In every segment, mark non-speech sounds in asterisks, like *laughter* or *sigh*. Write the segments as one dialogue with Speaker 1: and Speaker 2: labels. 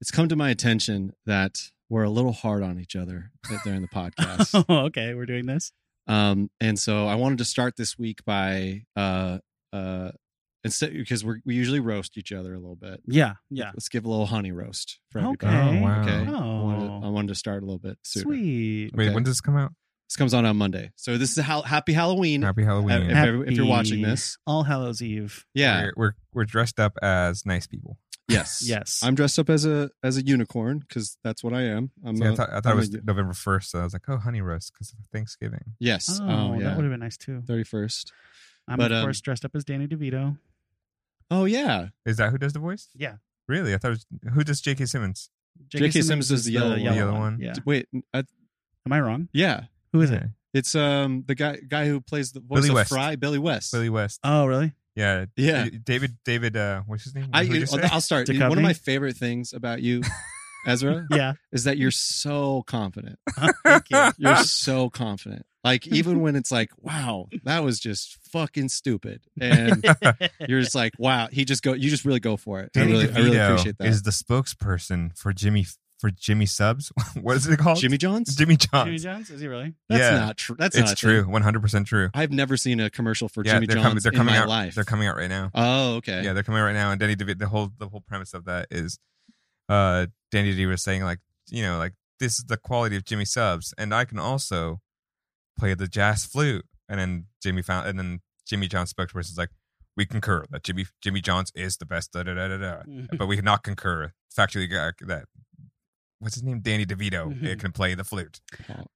Speaker 1: it's come to my attention that we're a little hard on each
Speaker 2: *laughs*
Speaker 1: other during the podcast.
Speaker 3: *laughs* Oh, okay, we're doing this.
Speaker 2: Oh.
Speaker 1: Um, and so I wanted to start this week by uh, uh, instead because we we usually roast each other a little bit.
Speaker 3: Yeah, yeah.
Speaker 1: Let's give a little honey roast for
Speaker 3: Okay.
Speaker 1: everybody.
Speaker 2: Oh, wow.
Speaker 1: Okay, I, wanted to, I
Speaker 3: Oh,
Speaker 1: wanted to start a little bit sooner.
Speaker 3: sweet.
Speaker 2: Wait,
Speaker 1: Okay.
Speaker 2: when does this come out?
Speaker 1: This comes on on Monday, so this is a ha- happy Halloween.
Speaker 2: Happy Halloween.
Speaker 1: If, every- if you're watching
Speaker 3: Happy-
Speaker 1: this,
Speaker 3: All Hallows Eve.
Speaker 1: yeah,
Speaker 2: We're, we're we're dressed up as nice people. *laughs*
Speaker 1: yes,
Speaker 3: Yes.
Speaker 1: I'm dressed up as a as a unicorn because that's what I am. I'm
Speaker 2: See,
Speaker 1: a-
Speaker 2: I thought, I thought
Speaker 1: I'm
Speaker 2: it
Speaker 1: a
Speaker 2: was
Speaker 1: u-
Speaker 2: November first, so I was like, oh, honey roast because of Thanksgiving.
Speaker 1: yes.
Speaker 3: oh,
Speaker 1: Oh,
Speaker 3: that
Speaker 1: yeah.
Speaker 3: would have been nice too.
Speaker 1: Thirty first.
Speaker 3: I'm
Speaker 1: but,
Speaker 3: of
Speaker 1: um,
Speaker 3: course dressed up as Danny DeVito.
Speaker 1: Oh yeah.
Speaker 2: Is that who does the voice?
Speaker 3: Yeah.
Speaker 2: Really? I thought it was, who does J.K. Simmons?
Speaker 1: J.K. Simmons is the yellow one.
Speaker 2: Yellow one.
Speaker 3: Yeah.
Speaker 1: Wait. I,
Speaker 3: Am I wrong?
Speaker 1: yeah.
Speaker 3: Who is it?
Speaker 2: Okay.
Speaker 1: It's um the guy guy who plays the voice
Speaker 2: Billy
Speaker 1: of
Speaker 2: West.
Speaker 1: Fry, Billy West.
Speaker 2: Billy West.
Speaker 3: Oh,
Speaker 1: *laughs*
Speaker 3: really?
Speaker 2: yeah.
Speaker 1: Uh, yeah.
Speaker 2: D- David. David. Uh, what's his name?
Speaker 1: I,
Speaker 2: Who'd you say?
Speaker 1: I'll start.
Speaker 3: Duchovny?
Speaker 1: One of my favorite things about
Speaker 2: *laughs*
Speaker 1: you, Ezra,
Speaker 3: Yeah. *laughs* Oh,
Speaker 1: is that you're so confident.
Speaker 2: *laughs*
Speaker 3: Thank you.
Speaker 1: You're so confident. Like even when it's like, wow, that was just fucking stupid,
Speaker 2: *laughs*
Speaker 1: and *laughs*
Speaker 3: *laughs*
Speaker 1: you're just like, wow, he just go. You just really go for it. I
Speaker 2: Danny
Speaker 1: really,
Speaker 2: DeVito
Speaker 1: I really appreciate that.
Speaker 2: is the spokesperson for Jimmy for Jimmy Subs. *laughs* what is it called?
Speaker 1: Jimmy John's?
Speaker 2: Jimmy Johns.
Speaker 3: Jimmy Jones? Is he really? *laughs*
Speaker 1: That's
Speaker 2: yeah.
Speaker 1: not true. That's
Speaker 2: it's
Speaker 1: not a thing.
Speaker 2: true. One hundred percent true.
Speaker 1: I've never seen a commercial for
Speaker 2: yeah,
Speaker 1: Jimmy
Speaker 2: they're
Speaker 1: John's
Speaker 2: coming. They're
Speaker 1: in
Speaker 2: coming
Speaker 1: my
Speaker 2: out.
Speaker 1: life.
Speaker 2: They're coming out right now.
Speaker 1: Oh, okay.
Speaker 2: Yeah, they're coming out right now. And Danny DeVito, the whole the whole premise of that is, uh, Danny DeVito was saying like, you know, like this is the quality of Jimmy Subs, and I can also play the jazz flute. And then Jimmy found, and then Jimmy John's spokesperson is like, we concur that Jimmy Jimmy Johns is the best. Da da da da
Speaker 1: Hmm.
Speaker 2: da. But we cannot concur factually uh, that what's his name, Danny DeVito,
Speaker 1: Hmm.
Speaker 2: it can play the flute.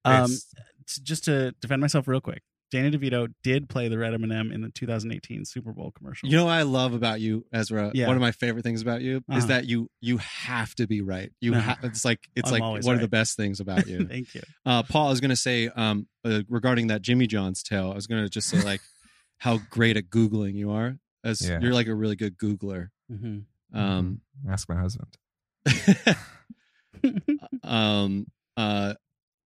Speaker 3: Um,
Speaker 2: It's-
Speaker 3: t- just to defend myself real quick, Danny DeVito did play the red M&M in the 2018 Super Bowl commercial. *laughs*
Speaker 1: You know what I love about you, Ezra.
Speaker 3: Yeah.
Speaker 1: One of my favorite things about you
Speaker 3: Uh-huh.
Speaker 1: is that you you have to be right. You
Speaker 3: No.
Speaker 1: ha- it's like it's
Speaker 3: I'm
Speaker 1: like one
Speaker 3: always
Speaker 1: of the
Speaker 3: right.
Speaker 1: best things about you.
Speaker 3: *laughs* Thank you.
Speaker 1: uh, Paul, I was gonna say um, uh, regarding that Jimmy John's tale. I was gonna just
Speaker 3: *laughs*
Speaker 1: say like how great at googling you are. As
Speaker 2: Yeah.
Speaker 1: you're like a really good Googler.
Speaker 3: Mm-hmm.
Speaker 1: Um,
Speaker 2: ask my husband.
Speaker 3: Mm-hmm.
Speaker 1: *laughs*
Speaker 3: *laughs*
Speaker 1: um, uh,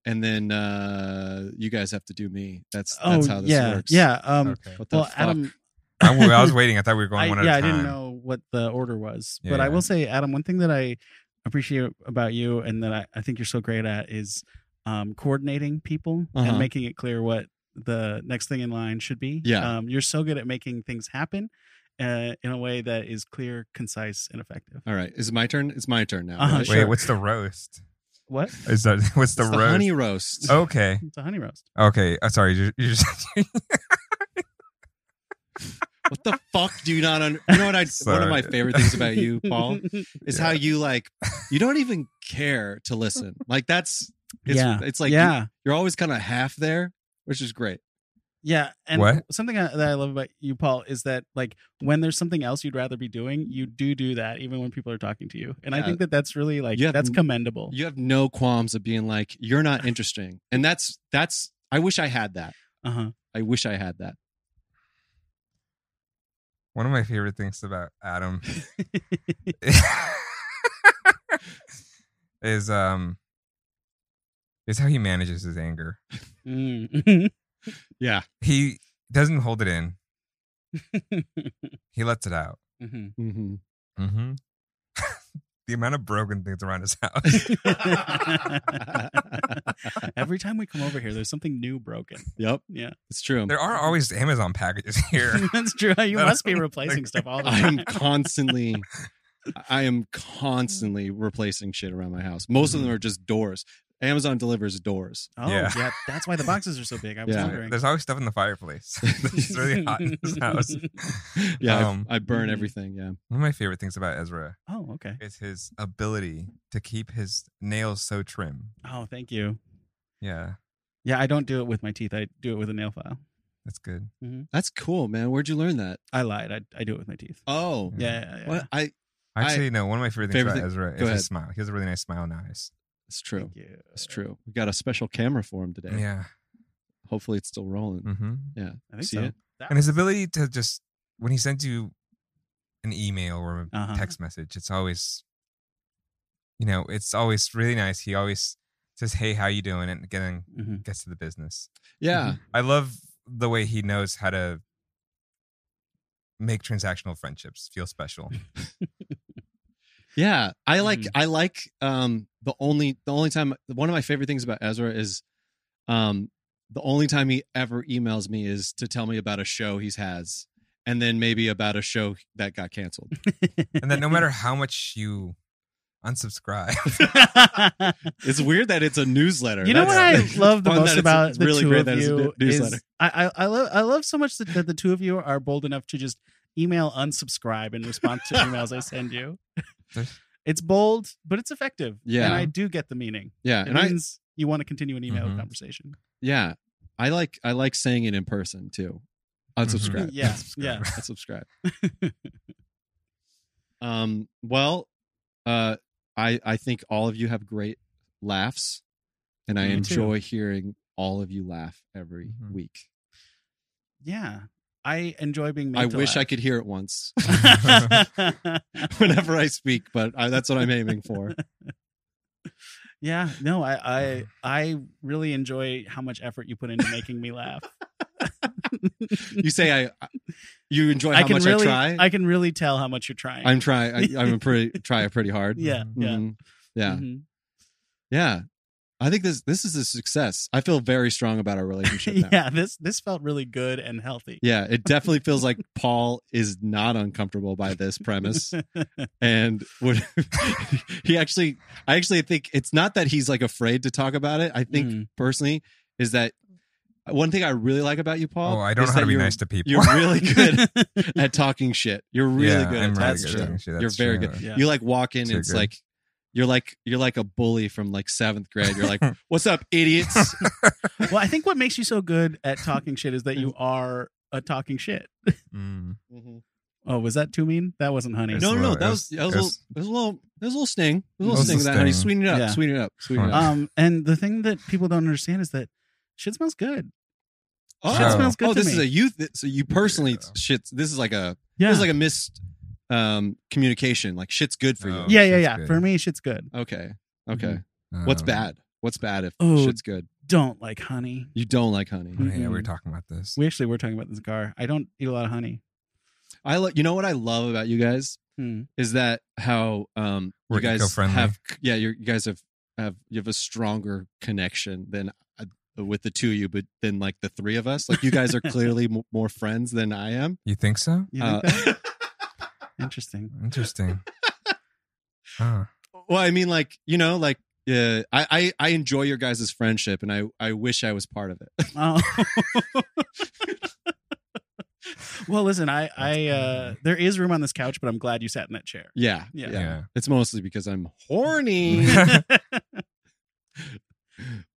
Speaker 1: and then uh, you guys have to do me. That's
Speaker 3: Oh,
Speaker 1: that's how this
Speaker 3: yeah.
Speaker 1: works.
Speaker 3: Yeah. Um,
Speaker 2: okay.
Speaker 1: What the
Speaker 3: well,
Speaker 1: fuck?
Speaker 3: Adam,
Speaker 2: I, w- I was waiting. I thought we were going
Speaker 3: I,
Speaker 2: one
Speaker 3: yeah,
Speaker 2: at a time.
Speaker 3: I didn't know what the order was, but I
Speaker 2: Yeah.
Speaker 3: will say, Adam, one thing that I appreciate about you and that I, I think you're so great at is um, coordinating people
Speaker 1: Uh-huh.
Speaker 3: and making it clear what the next thing in line should be.
Speaker 1: Yeah.
Speaker 3: um, you're so good at making things happen uh, in a way that is clear, concise, and effective.
Speaker 1: All right. Is it my turn? It's my turn now.
Speaker 3: Uh-huh,
Speaker 1: right?
Speaker 2: Wait,
Speaker 3: Sure.
Speaker 2: what's the roast?
Speaker 3: What?
Speaker 2: Is that *laughs* what's the
Speaker 1: It's
Speaker 2: roast? Oh.
Speaker 1: honey roast.
Speaker 2: Okay,
Speaker 3: It's a honey roast.
Speaker 2: okay. Uh, sorry, you you just *laughs*
Speaker 1: What the fuck do you not under- You know what I one of my
Speaker 2: Sorry.
Speaker 1: favorite things about
Speaker 2: *laughs*
Speaker 1: you,
Speaker 3: *laughs*
Speaker 1: Paul, is how you like you don't even care to listen. Like that's it's
Speaker 3: yeah.
Speaker 1: it's like
Speaker 3: yeah.
Speaker 1: you, are always kind of half there, which is great.
Speaker 3: Yeah, and
Speaker 2: What?
Speaker 3: something I- that I love about you, Paul, is that like when there's something else you'd rather be doing, you do do that even when people are talking to you, and I
Speaker 1: Yeah.
Speaker 3: think that that's really like
Speaker 1: You have
Speaker 3: that's
Speaker 1: n-
Speaker 3: commendable.
Speaker 1: You have no qualms of being like you're not interesting. And that's that's I wish I had that.
Speaker 3: Uh huh.
Speaker 1: I wish I had that.
Speaker 2: one of my favorite things about Adam *laughs* is um is how he manages his anger.
Speaker 1: *laughs*
Speaker 3: Mm.
Speaker 1: Yeah.
Speaker 2: He doesn't hold it in. He lets it out.
Speaker 3: Mhm.
Speaker 1: hmm
Speaker 2: Mm-hmm. *laughs* the amount of broken things around his house.
Speaker 3: *laughs*
Speaker 2: *laughs*
Speaker 3: Every time we come over here, there's something new broken.
Speaker 1: yep.
Speaker 3: Yeah,
Speaker 1: It's true.
Speaker 2: there are always Amazon packages here.
Speaker 3: *laughs* that's true. You must be replacing stuff all the
Speaker 1: I'm
Speaker 2: *laughs*
Speaker 3: time.
Speaker 1: constantly I
Speaker 2: Mm.
Speaker 1: am constantly replacing shit around my house. Most of them are just doors. Amazon delivers doors.
Speaker 3: Oh yeah.
Speaker 2: Yeah.
Speaker 3: that's why the boxes are so big. I was
Speaker 1: Yeah.
Speaker 3: wondering.
Speaker 2: There's always stuff in the fireplace. *laughs* it's really hot in this house.
Speaker 1: *laughs* Yeah, I-
Speaker 2: Um,
Speaker 1: I, burn
Speaker 3: mhm.
Speaker 1: everything. Yeah,
Speaker 2: One of my favorite things about Ezra
Speaker 3: Oh okay.
Speaker 2: is his ability to keep his nails so trim.
Speaker 3: Oh thank you.
Speaker 2: Yeah,
Speaker 3: Yeah, I don't do it with my teeth. I do it with a nail file.
Speaker 2: that's good.
Speaker 1: that's cool, man. Where'd you learn that?
Speaker 3: I lied. I, I do it with my teeth.
Speaker 1: Oh,
Speaker 2: Yeah.
Speaker 3: Yeah. yeah, yeah.
Speaker 1: what? I.
Speaker 2: Actually, no. One of my favorite things
Speaker 1: Favorite
Speaker 2: about
Speaker 1: thing-
Speaker 2: Ezra
Speaker 1: go
Speaker 2: is
Speaker 1: ahead.
Speaker 2: his smile. He has a really nice smile and eyes.
Speaker 1: It's true.
Speaker 3: Thank you.
Speaker 1: It's true. We got a special camera for him today.
Speaker 2: Yeah.
Speaker 1: Hopefully, it's still rolling.
Speaker 2: Mm-hmm.
Speaker 3: I think
Speaker 1: See
Speaker 3: so.
Speaker 1: it?
Speaker 3: That
Speaker 2: And his ability to just when he sends you an email or a
Speaker 3: Uh-huh.
Speaker 2: text message, it's always, you know, it's always really nice. He always says, "Hey, how you doing?" and getting
Speaker 3: Mhm.
Speaker 2: gets to the business. Mm-hmm.
Speaker 1: Yeah,
Speaker 2: I love the way he knows how to make transactional friendships feel special.
Speaker 3: Mm-hmm.
Speaker 1: Yeah, I like
Speaker 3: Mhm.
Speaker 1: I like um the only the only time one of my favorite things about Ezra is um the only time he ever emails me is to tell me about a show he's has and then maybe about a show that got canceled. *laughs*
Speaker 2: And then
Speaker 3: *laughs*
Speaker 2: no matter how much you unsubscribe,
Speaker 1: It's weird that it's a newsletter.
Speaker 3: you know what I
Speaker 1: That's- *laughs*
Speaker 3: love the
Speaker 1: fun that
Speaker 3: most
Speaker 1: it's-
Speaker 3: about
Speaker 1: it's
Speaker 3: the
Speaker 1: really
Speaker 3: two
Speaker 1: great
Speaker 3: of
Speaker 1: that it's a
Speaker 3: you
Speaker 1: new-
Speaker 3: is
Speaker 1: newsletter.
Speaker 3: I, I I love I love so much that, that the two of you are bold enough to just email unsubscribe in response to emails I send you. It's bold, but it's effective.
Speaker 1: Yeah.
Speaker 3: and I do get the meaning.
Speaker 1: Yeah,
Speaker 3: It
Speaker 1: and I Mm-hmm.
Speaker 3: means you want to continue an email
Speaker 2: Mhm.
Speaker 3: conversation.
Speaker 1: yeah, I like I like saying it in person too. Unsubscribe.
Speaker 3: Mm-hmm. Yeah, yeah.
Speaker 1: Unsubscribe.
Speaker 3: *laughs*
Speaker 1: um well, uh I I think all of you have great laughs and I
Speaker 3: Me too. Mm-hmm.
Speaker 1: enjoy hearing all of you laugh every
Speaker 2: Mhm.
Speaker 1: week.
Speaker 3: Yeah, I enjoy being made.
Speaker 1: I
Speaker 3: to
Speaker 1: wish I
Speaker 3: laugh.
Speaker 1: could hear it once *laughs*
Speaker 3: I *laughs* could.
Speaker 1: whenever I speak, but I, that's what I'm aiming for.
Speaker 3: yeah, no, I, I I really enjoy how much effort you put into making
Speaker 1: *laughs*
Speaker 3: me laugh.
Speaker 1: You say I, you enjoy how
Speaker 3: I can
Speaker 1: much
Speaker 3: really,
Speaker 1: I try. I,
Speaker 3: can really tell how much you're trying.
Speaker 1: am trying. I, I'm a
Speaker 3: *laughs*
Speaker 1: pretty try pretty hard.
Speaker 3: yeah, yeah,
Speaker 1: Mhm. yeah,
Speaker 3: Mhm.
Speaker 1: yeah. I think this this is a success. I feel very strong about
Speaker 3: *laughs*
Speaker 1: our relationship now.
Speaker 3: yeah. This this felt really good and healthy.
Speaker 1: Yeah, *laughs* it definitely feels like Paul is not uncomfortable by this
Speaker 3: *laughs*
Speaker 1: premise, and would *laughs* he actually? I actually think it's not that he's like afraid to talk about it. I think
Speaker 3: Mm.
Speaker 1: personally is that uh, one thing I really like about you, Paul.
Speaker 2: *laughs* oh, I don't
Speaker 1: is
Speaker 2: know how
Speaker 1: that
Speaker 2: to be
Speaker 1: you're-
Speaker 2: nice to people.
Speaker 1: You're really good *laughs*
Speaker 2: *laughs*
Speaker 1: at talking shit. You're really
Speaker 2: Yeah,
Speaker 1: good
Speaker 2: I'm
Speaker 1: at talking
Speaker 2: really
Speaker 3: good at
Speaker 1: shit.
Speaker 2: talking shit,
Speaker 1: You're
Speaker 2: that's
Speaker 1: very
Speaker 2: true.
Speaker 1: good.
Speaker 3: *laughs* Yeah.
Speaker 1: You like walk in, and
Speaker 2: Too
Speaker 1: it's
Speaker 2: good.
Speaker 1: like you're like you're like a bully from like seventh grade.
Speaker 2: *laughs*
Speaker 1: You're like, "What's up, idiots?"
Speaker 3: well, I think what makes you so good at talking shit is that you are a talking shit.
Speaker 2: Mm.
Speaker 1: Mhm.
Speaker 3: Oh, was that too mean? That wasn't honey.
Speaker 2: It's
Speaker 1: No, no, no.
Speaker 2: little-
Speaker 1: That was
Speaker 2: it's-
Speaker 1: that was a little,
Speaker 2: it's-
Speaker 1: that was a little that was a little sting. That was a
Speaker 3: That
Speaker 1: little
Speaker 3: was
Speaker 1: sting
Speaker 2: a
Speaker 1: of that. Honey,
Speaker 2: sting.
Speaker 1: sweeten it up.
Speaker 3: Yeah.
Speaker 1: Sweeten it up. Sweeten it up.
Speaker 2: Huh.
Speaker 3: Um, and the thing that people don't understand is that shit smells good.
Speaker 1: oh,
Speaker 2: shit smells
Speaker 3: good
Speaker 1: oh,
Speaker 3: to
Speaker 1: this
Speaker 3: me.
Speaker 1: is a youth. So you personally
Speaker 2: Yeah.
Speaker 1: shit. This is like a
Speaker 3: Yeah,
Speaker 1: this is like a missed um, communication. Like shit's good for
Speaker 2: Oh.
Speaker 1: you.
Speaker 3: yeah, yeah,
Speaker 2: shit's
Speaker 3: yeah.
Speaker 2: good.
Speaker 3: For me, shit's good.
Speaker 1: Okay. Okay. What's
Speaker 2: Um,
Speaker 1: bad? What's bad if
Speaker 3: Mm-hmm. Oh.
Speaker 1: shit's good?
Speaker 3: Don't like honey.
Speaker 1: You don't like honey.
Speaker 2: oh, yeah, we
Speaker 1: Mm-hmm.
Speaker 2: were
Speaker 3: Mhm.
Speaker 2: talking about this.
Speaker 3: We actually were talking about this in the car. I don't eat a lot of honey.
Speaker 1: I lo- you know what I love about you guys
Speaker 3: Hmm.
Speaker 1: is that how um
Speaker 2: We're
Speaker 1: you guys
Speaker 2: eco-friendly.
Speaker 1: have yeah you're, you guys have have you have a stronger connection than uh, with the two of you but than like the three of us like you
Speaker 2: *laughs*
Speaker 1: guys are clearly m- more friends than I am.
Speaker 2: You think so?
Speaker 3: You
Speaker 1: Uh,
Speaker 3: think that? Interesting. *laughs*
Speaker 1: *laughs*
Speaker 2: Interesting. Huh.
Speaker 1: well, I mean like you know like uh, I, I I enjoy your guys' friendship and I I wish I was part of it. *laughs*
Speaker 3: Oh. *laughs* well, listen, I, I, uh, there is room on this couch, but I'm glad you sat in
Speaker 1: *laughs*
Speaker 3: that chair. *laughs*
Speaker 1: yeah,
Speaker 3: Yeah.
Speaker 2: yeah.
Speaker 1: It's mostly because I'm
Speaker 2: *laughs*
Speaker 1: horny.
Speaker 3: Oh,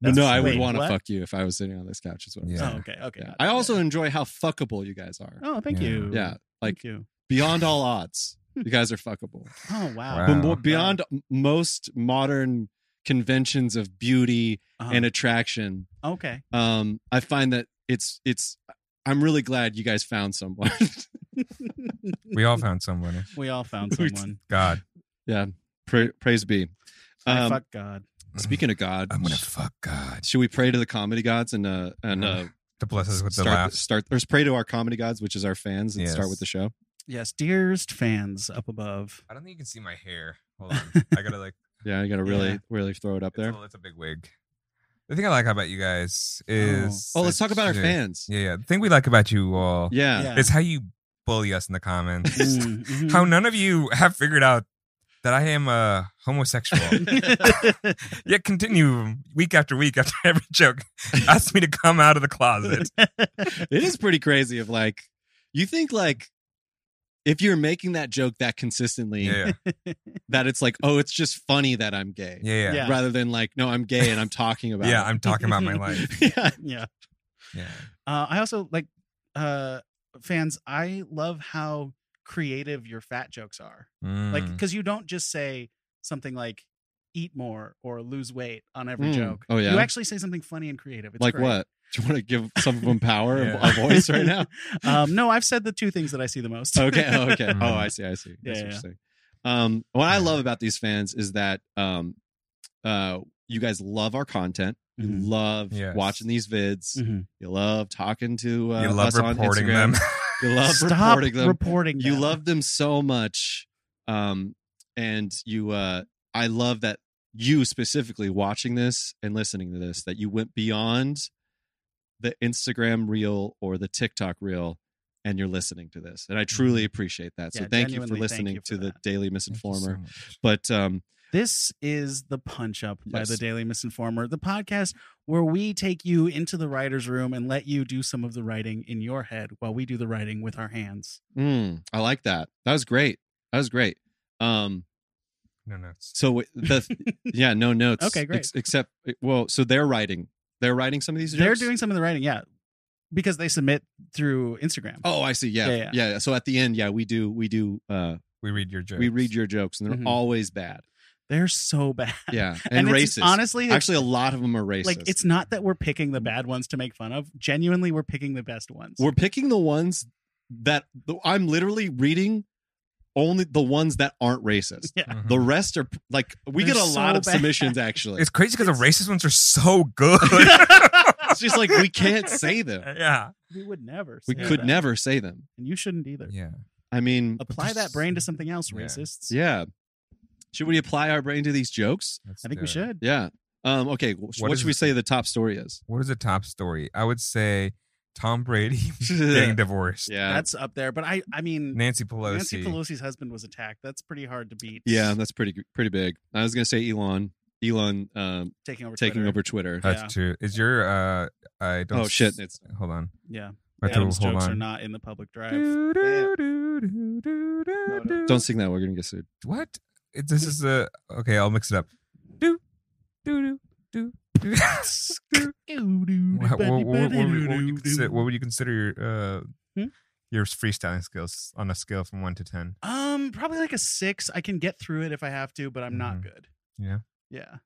Speaker 1: But
Speaker 3: That's-
Speaker 1: no, I would
Speaker 3: wait,
Speaker 1: want to
Speaker 3: what?
Speaker 1: fuck you if I was sitting on this couch. Is what I'm
Speaker 2: Yeah.
Speaker 1: saying.
Speaker 3: Oh, okay. Okay.
Speaker 1: Yeah. I also enjoy how fuckable you guys are.
Speaker 3: Oh, thank
Speaker 2: Yeah.
Speaker 3: you.
Speaker 1: Yeah, like-
Speaker 3: thank you.
Speaker 1: Beyond all odds, you guys are fuckable.
Speaker 3: Oh, wow.
Speaker 1: But
Speaker 2: Wow.
Speaker 1: more- beyond m- most modern conventions of beauty
Speaker 3: Uh-huh.
Speaker 1: and attraction,
Speaker 3: okay.
Speaker 1: um, I find that it's it's. I'm really glad you guys found someone. *laughs*
Speaker 2: We all found someone.
Speaker 3: we all found
Speaker 1: We-
Speaker 3: someone.
Speaker 2: God.
Speaker 1: Pra- Praise be.
Speaker 3: I
Speaker 1: Um,
Speaker 3: fuck God.
Speaker 1: speaking of God,
Speaker 2: *clears throat* I'm gonna fuck God
Speaker 1: should we pray to the comedy gods and uh and uh
Speaker 2: to bless us Uh-huh. with the
Speaker 1: start
Speaker 2: laughs.
Speaker 1: start or pray to our comedy gods, which is our fans, and start
Speaker 2: Yes.
Speaker 1: with the show?
Speaker 3: Yes, dearest fans
Speaker 1: *laughs*
Speaker 3: up above.
Speaker 2: I don't think you can see my hair. Hold on. I gotta like
Speaker 1: Yeah, you got to really
Speaker 3: Yeah.
Speaker 1: really throw it up
Speaker 2: it's
Speaker 1: there.
Speaker 2: a, it's a big wig. The thing I like about you guys is
Speaker 1: Oh, let's talk about our
Speaker 2: Yeah.
Speaker 1: fans.
Speaker 2: Yeah, yeah. The thing we like about you all
Speaker 1: Yeah. Mm-hmm.
Speaker 3: Yeah.
Speaker 2: is how you bully us in the comments.
Speaker 3: Mm, mhm.
Speaker 2: how none of you have figured out that I am a homosexual.
Speaker 1: *laughs*
Speaker 3: mm-hmm.
Speaker 2: Yet continue week after week after *laughs* every joke. Ask me to come out of
Speaker 1: *laughs*
Speaker 3: *laughs*
Speaker 2: the closet.
Speaker 1: It is pretty crazy of like you think like if you're making that joke that consistently
Speaker 2: Yeah,
Speaker 1: that it's like, oh, it's just funny that I'm gay.
Speaker 2: yeah, yeah.
Speaker 3: Yeah.
Speaker 2: Yeah,
Speaker 1: Rather than like, no, I'm gay and I'm talking about it.
Speaker 2: I'm talking about my life.
Speaker 1: *laughs* yeah.
Speaker 3: *laughs* yeah.
Speaker 2: Yeah.
Speaker 3: Uh, I also like uh, fans. I love how creative your fat jokes are. Like,
Speaker 2: Mm.
Speaker 3: because you don't just say something like "eat more" or "lose weight" on every
Speaker 1: Mm.
Speaker 3: joke.
Speaker 1: Oh, yeah?
Speaker 3: You actually say something funny and creative. It's
Speaker 1: like
Speaker 3: great.
Speaker 1: what? Do you want to give some of them power of
Speaker 2: Yeah.
Speaker 1: our voice right
Speaker 2: *laughs*
Speaker 1: now?
Speaker 3: *laughs* um, no, I've said the two things that I see the most.
Speaker 1: Okay. Oh, okay.
Speaker 2: Mhm.
Speaker 1: Oh, I see. I see.
Speaker 3: Yeah,
Speaker 1: That's
Speaker 3: yeah.
Speaker 1: interesting. Um, what I
Speaker 2: Yeah.
Speaker 1: love about these fans is that um, uh, you guys love our content.
Speaker 3: *laughs*
Speaker 1: You
Speaker 3: Mhm.
Speaker 1: love
Speaker 2: Mm-hmm. Yes.
Speaker 1: watching these vids.
Speaker 3: Mhm.
Speaker 1: You love talking to uh,
Speaker 2: you love
Speaker 1: us
Speaker 2: reporting
Speaker 1: on *laughs* Instagram.
Speaker 2: them.
Speaker 1: You love
Speaker 3: Stop
Speaker 1: reporting them.
Speaker 3: reporting
Speaker 1: you
Speaker 3: them.
Speaker 1: love them so much. Um, and you uh i love that you specifically watching this and listening to this that you went beyond the instagram reel or the tiktok reel and you're listening to this and i truly appreciate that so
Speaker 3: Mm-hmm. Yeah,
Speaker 1: thank you for
Speaker 3: genuinely thank
Speaker 1: listening
Speaker 3: you for
Speaker 1: to the
Speaker 3: that.
Speaker 1: daily
Speaker 2: Thank you so
Speaker 1: misinformer
Speaker 2: much.
Speaker 1: but um
Speaker 3: This is the Punch Up by
Speaker 1: Yes.
Speaker 3: the Daily Misinformer, the podcast where we take you into the writer's room and let you do some of the writing in your head while we do the writing with our hands.
Speaker 1: mm, i like that that was great that was great um
Speaker 2: No notes.
Speaker 1: so w- the
Speaker 3: *laughs*
Speaker 1: yeah no notes
Speaker 3: Okay, great.
Speaker 1: except eh, well so they're writing they're writing some of these
Speaker 3: They're
Speaker 1: jokes?
Speaker 3: doing some of the writing, yeah, because they submit through Instagram.
Speaker 1: oh i see yeah
Speaker 3: Yeah,
Speaker 1: yeah,
Speaker 3: yeah.
Speaker 1: so at the end yeah we do we do uh
Speaker 2: We read your jokes.
Speaker 1: we read your jokes and they're
Speaker 3: Mhm.
Speaker 1: always
Speaker 3: *laughs*
Speaker 1: bad
Speaker 3: They're so bad. *laughs*
Speaker 1: yeah and,
Speaker 3: it's-
Speaker 1: racist
Speaker 3: Honestly, it's-
Speaker 1: actually a lot of them are racist
Speaker 3: like it's not that we're picking the bad ones to make fun of. Genuinely, we're picking the best ones.
Speaker 1: we're picking the ones that i'm literally reading only the ones that aren't racist
Speaker 3: *laughs*
Speaker 1: *laughs*
Speaker 3: yeah.
Speaker 2: Mhm.
Speaker 1: the rest are like we
Speaker 3: They're
Speaker 1: get a
Speaker 3: so
Speaker 1: lot of
Speaker 3: bad.
Speaker 1: submissions
Speaker 3: *laughs*
Speaker 1: actually
Speaker 2: It's crazy because the racist ones
Speaker 1: *laughs*
Speaker 2: are so good.
Speaker 1: it's just like we
Speaker 2: *laughs*
Speaker 1: can't say them
Speaker 2: yeah.
Speaker 3: we would never.
Speaker 1: we
Speaker 3: say
Speaker 1: could
Speaker 3: that.
Speaker 1: never say them
Speaker 3: and you shouldn't either.
Speaker 2: Yeah.
Speaker 1: i mean
Speaker 3: Apply that brain to something else,
Speaker 2: Yeah.
Speaker 3: racists.
Speaker 1: yeah should we apply our brain to these jokes
Speaker 2: let's
Speaker 3: I think
Speaker 2: do
Speaker 3: we
Speaker 2: it.
Speaker 3: should.
Speaker 1: yeah um okay wh- what,
Speaker 2: is
Speaker 1: should we
Speaker 2: it?
Speaker 1: say the top story is
Speaker 2: What is the top story? I would say
Speaker 1: *laughs*
Speaker 2: Tom Brady *laughs* getting divorced.
Speaker 1: yeah
Speaker 3: That's up there. But I, I mean,
Speaker 2: Nancy Pelosi.
Speaker 3: Nancy Pelosi's husband was attacked. That's pretty hard to beat.
Speaker 1: yeah that's pretty pretty big i was gonna say elon elon um
Speaker 3: taking over.
Speaker 1: taking
Speaker 3: Twitter.
Speaker 1: over twitter
Speaker 2: That's
Speaker 3: Yeah.
Speaker 2: true. Is your uh I don't
Speaker 1: oh shit it's
Speaker 2: hold on.
Speaker 3: Yeah,
Speaker 2: I have to
Speaker 3: Adam's
Speaker 2: hold
Speaker 3: jokes are
Speaker 2: on.
Speaker 3: not in the public drive.
Speaker 2: Do, do, do, do, do, do, do.
Speaker 1: Don't sing that. We're gonna get sued.
Speaker 2: What? It- This is a okay. I'll mix it up. Do do do do.
Speaker 3: *laughs*
Speaker 2: *laughs* what, what, what, what, would- what would you consider, what would you consider your uh,
Speaker 3: Hmm?
Speaker 2: your freestyling skills on a scale from one to ten?
Speaker 3: Um, probably like a six. I can get through it if I have to, but I'm not
Speaker 2: Mhm.
Speaker 3: good.
Speaker 2: Yeah.
Speaker 3: Yeah,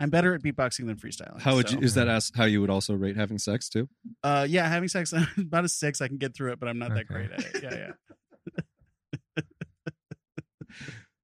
Speaker 3: I'm better at beatboxing than freestyling.
Speaker 1: How would
Speaker 3: so-
Speaker 1: you? Is that as how you would also rate having sex too?
Speaker 3: Uh, yeah, having sex *laughs* about a six. I can get through it, but I'm not that
Speaker 2: Okay.
Speaker 3: great at it. Yeah,
Speaker 2: *laughs*
Speaker 3: yeah.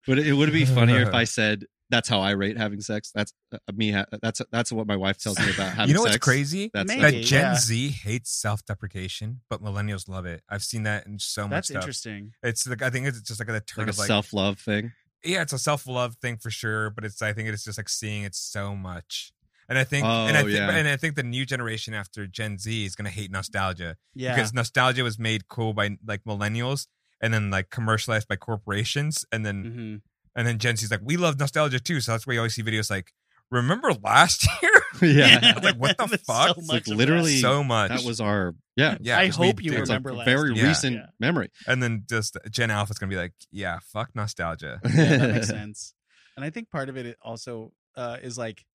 Speaker 1: But it would be funnier if I said that's how I rate having sex. That's uh, me. Ha- that's that's what my wife tells me about having.
Speaker 2: you know
Speaker 1: sex.
Speaker 2: what's crazy?
Speaker 1: That's
Speaker 3: Maybe.
Speaker 2: That
Speaker 3: Yeah.
Speaker 2: Gen Z hates self-deprecation, but millennials love it. I've seen that in so much
Speaker 3: That's
Speaker 2: stuff.
Speaker 3: interesting.
Speaker 2: It's like I think it's just like a turn
Speaker 1: like a
Speaker 2: of like
Speaker 1: self love thing. *laughs*
Speaker 2: yeah, it's a self love thing for sure, but it's I think it's just like seeing it so much. And I think and I
Speaker 1: Oh,
Speaker 2: think
Speaker 1: yeah.
Speaker 2: and I think the new generation after Gen Z is gonna hate nostalgia.
Speaker 3: Yeah, *laughs*
Speaker 2: Because nostalgia was made cool by like millennials and then like commercialized by corporations and then
Speaker 3: Mhm.
Speaker 2: and then Gen Z's like, We love nostalgia too. So that's why you always see videos like, Remember last *laughs* year?
Speaker 3: *laughs*
Speaker 1: yeah,
Speaker 2: Like, what the
Speaker 3: There's
Speaker 2: fuck? It's
Speaker 1: It's
Speaker 3: much
Speaker 1: like
Speaker 3: of that.
Speaker 1: literally
Speaker 2: so much.
Speaker 1: that was our yeah.
Speaker 2: yeah,
Speaker 3: I
Speaker 2: 'cause we
Speaker 3: hope you
Speaker 2: do.
Speaker 1: It's a
Speaker 3: remember last
Speaker 1: very
Speaker 3: year.
Speaker 1: recent
Speaker 3: Yeah.
Speaker 1: memory.
Speaker 2: and then just Gen Alpha's gonna be like, Yeah,
Speaker 1: *laughs*
Speaker 2: fuck nostalgia.
Speaker 3: yeah, that makes sense. And I think part of it also uh, is like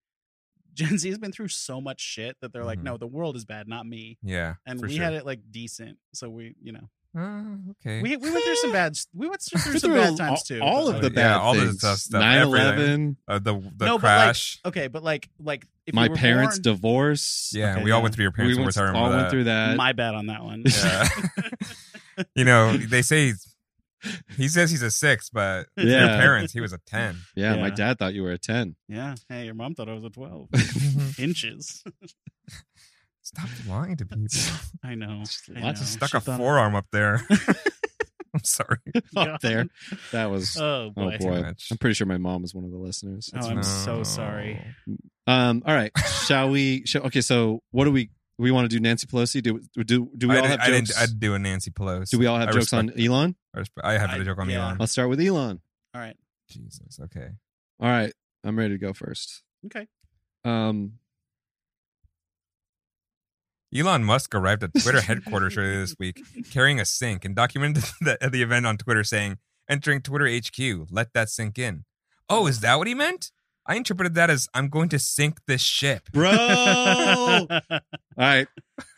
Speaker 3: Gen Z has been through so much shit that they're like,
Speaker 1: Mm-hmm.
Speaker 2: Mhm.
Speaker 3: no, the world is bad, not me.
Speaker 2: Yeah.
Speaker 3: And
Speaker 2: for
Speaker 3: we
Speaker 2: sure.
Speaker 3: had it like decent, so we, you know,
Speaker 2: Oh, okay.
Speaker 3: we we went
Speaker 1: *laughs*
Speaker 3: through some bad, we went through,
Speaker 1: Eh. Through
Speaker 3: some bad
Speaker 1: all-
Speaker 3: times too.
Speaker 1: All
Speaker 3: but,
Speaker 1: of
Speaker 3: like-
Speaker 1: the
Speaker 2: Yeah,
Speaker 1: bad
Speaker 2: all the
Speaker 1: things.
Speaker 2: tough stuff,
Speaker 1: 9/11,
Speaker 2: uh, the the
Speaker 3: No, but, like,
Speaker 2: crash.
Speaker 3: Okay, but like like if
Speaker 1: my
Speaker 3: you were
Speaker 1: parents'
Speaker 3: born,
Speaker 1: divorce.
Speaker 2: yeah,
Speaker 3: okay,
Speaker 2: we all
Speaker 3: yeah.
Speaker 2: went through your parents'
Speaker 1: we
Speaker 2: we
Speaker 1: went,
Speaker 2: I remember
Speaker 1: all went
Speaker 2: that.
Speaker 1: through that.
Speaker 3: my bad on that one. *laughs*
Speaker 2: Yeah. *laughs* you know, they say he says he's a six, but
Speaker 1: Yeah. *laughs*
Speaker 2: your parents, he was a ten.
Speaker 1: yeah, my
Speaker 3: Yeah.
Speaker 1: dad thought you were a ten.
Speaker 3: yeah. Hey, your mom thought I was a twelve
Speaker 1: *laughs*
Speaker 3: inches.
Speaker 2: Stop lying to people.
Speaker 3: I know. I
Speaker 1: *laughs* Lots
Speaker 3: know.
Speaker 1: of
Speaker 2: Stuck
Speaker 3: She
Speaker 2: a
Speaker 3: thought I-
Speaker 2: forearm up there. *laughs* I'm sorry.
Speaker 1: up there.
Speaker 3: *laughs*
Speaker 1: That was
Speaker 3: Oh boy.
Speaker 1: oh boy.
Speaker 2: much.
Speaker 1: I'm pretty sure my mom is one of the listeners.
Speaker 3: Oh, I'm so sorry.
Speaker 1: Um, all right. Shall we? Shall, okay. So, what do we? We want to do Nancy Pelosi? Do do do we
Speaker 2: I
Speaker 1: all
Speaker 2: did,
Speaker 1: have
Speaker 2: I
Speaker 1: jokes?
Speaker 2: didn't. I'd do a Nancy Pelosi.
Speaker 1: do we all have
Speaker 2: I
Speaker 1: jokes on
Speaker 2: respect-
Speaker 1: Elon?
Speaker 2: I respe- I have
Speaker 3: I-
Speaker 2: a joke on
Speaker 3: yeah.
Speaker 2: Elon.
Speaker 1: Let's start with Elon.
Speaker 3: All right.
Speaker 2: Jesus. Okay.
Speaker 1: All right. I'm ready to go first.
Speaker 3: Okay.
Speaker 1: Um,
Speaker 2: Elon Musk arrived at
Speaker 3: *laughs*
Speaker 2: Twitter headquarters earlier this week carrying a sink and documented *laughs* the, the event on Twitter saying, entering Twitter HQ, let that sink in. Oh, is that what he meant? I interpreted that as I'm going to sink
Speaker 3: *laughs*
Speaker 2: this ship.
Speaker 1: bro. *laughs* all right.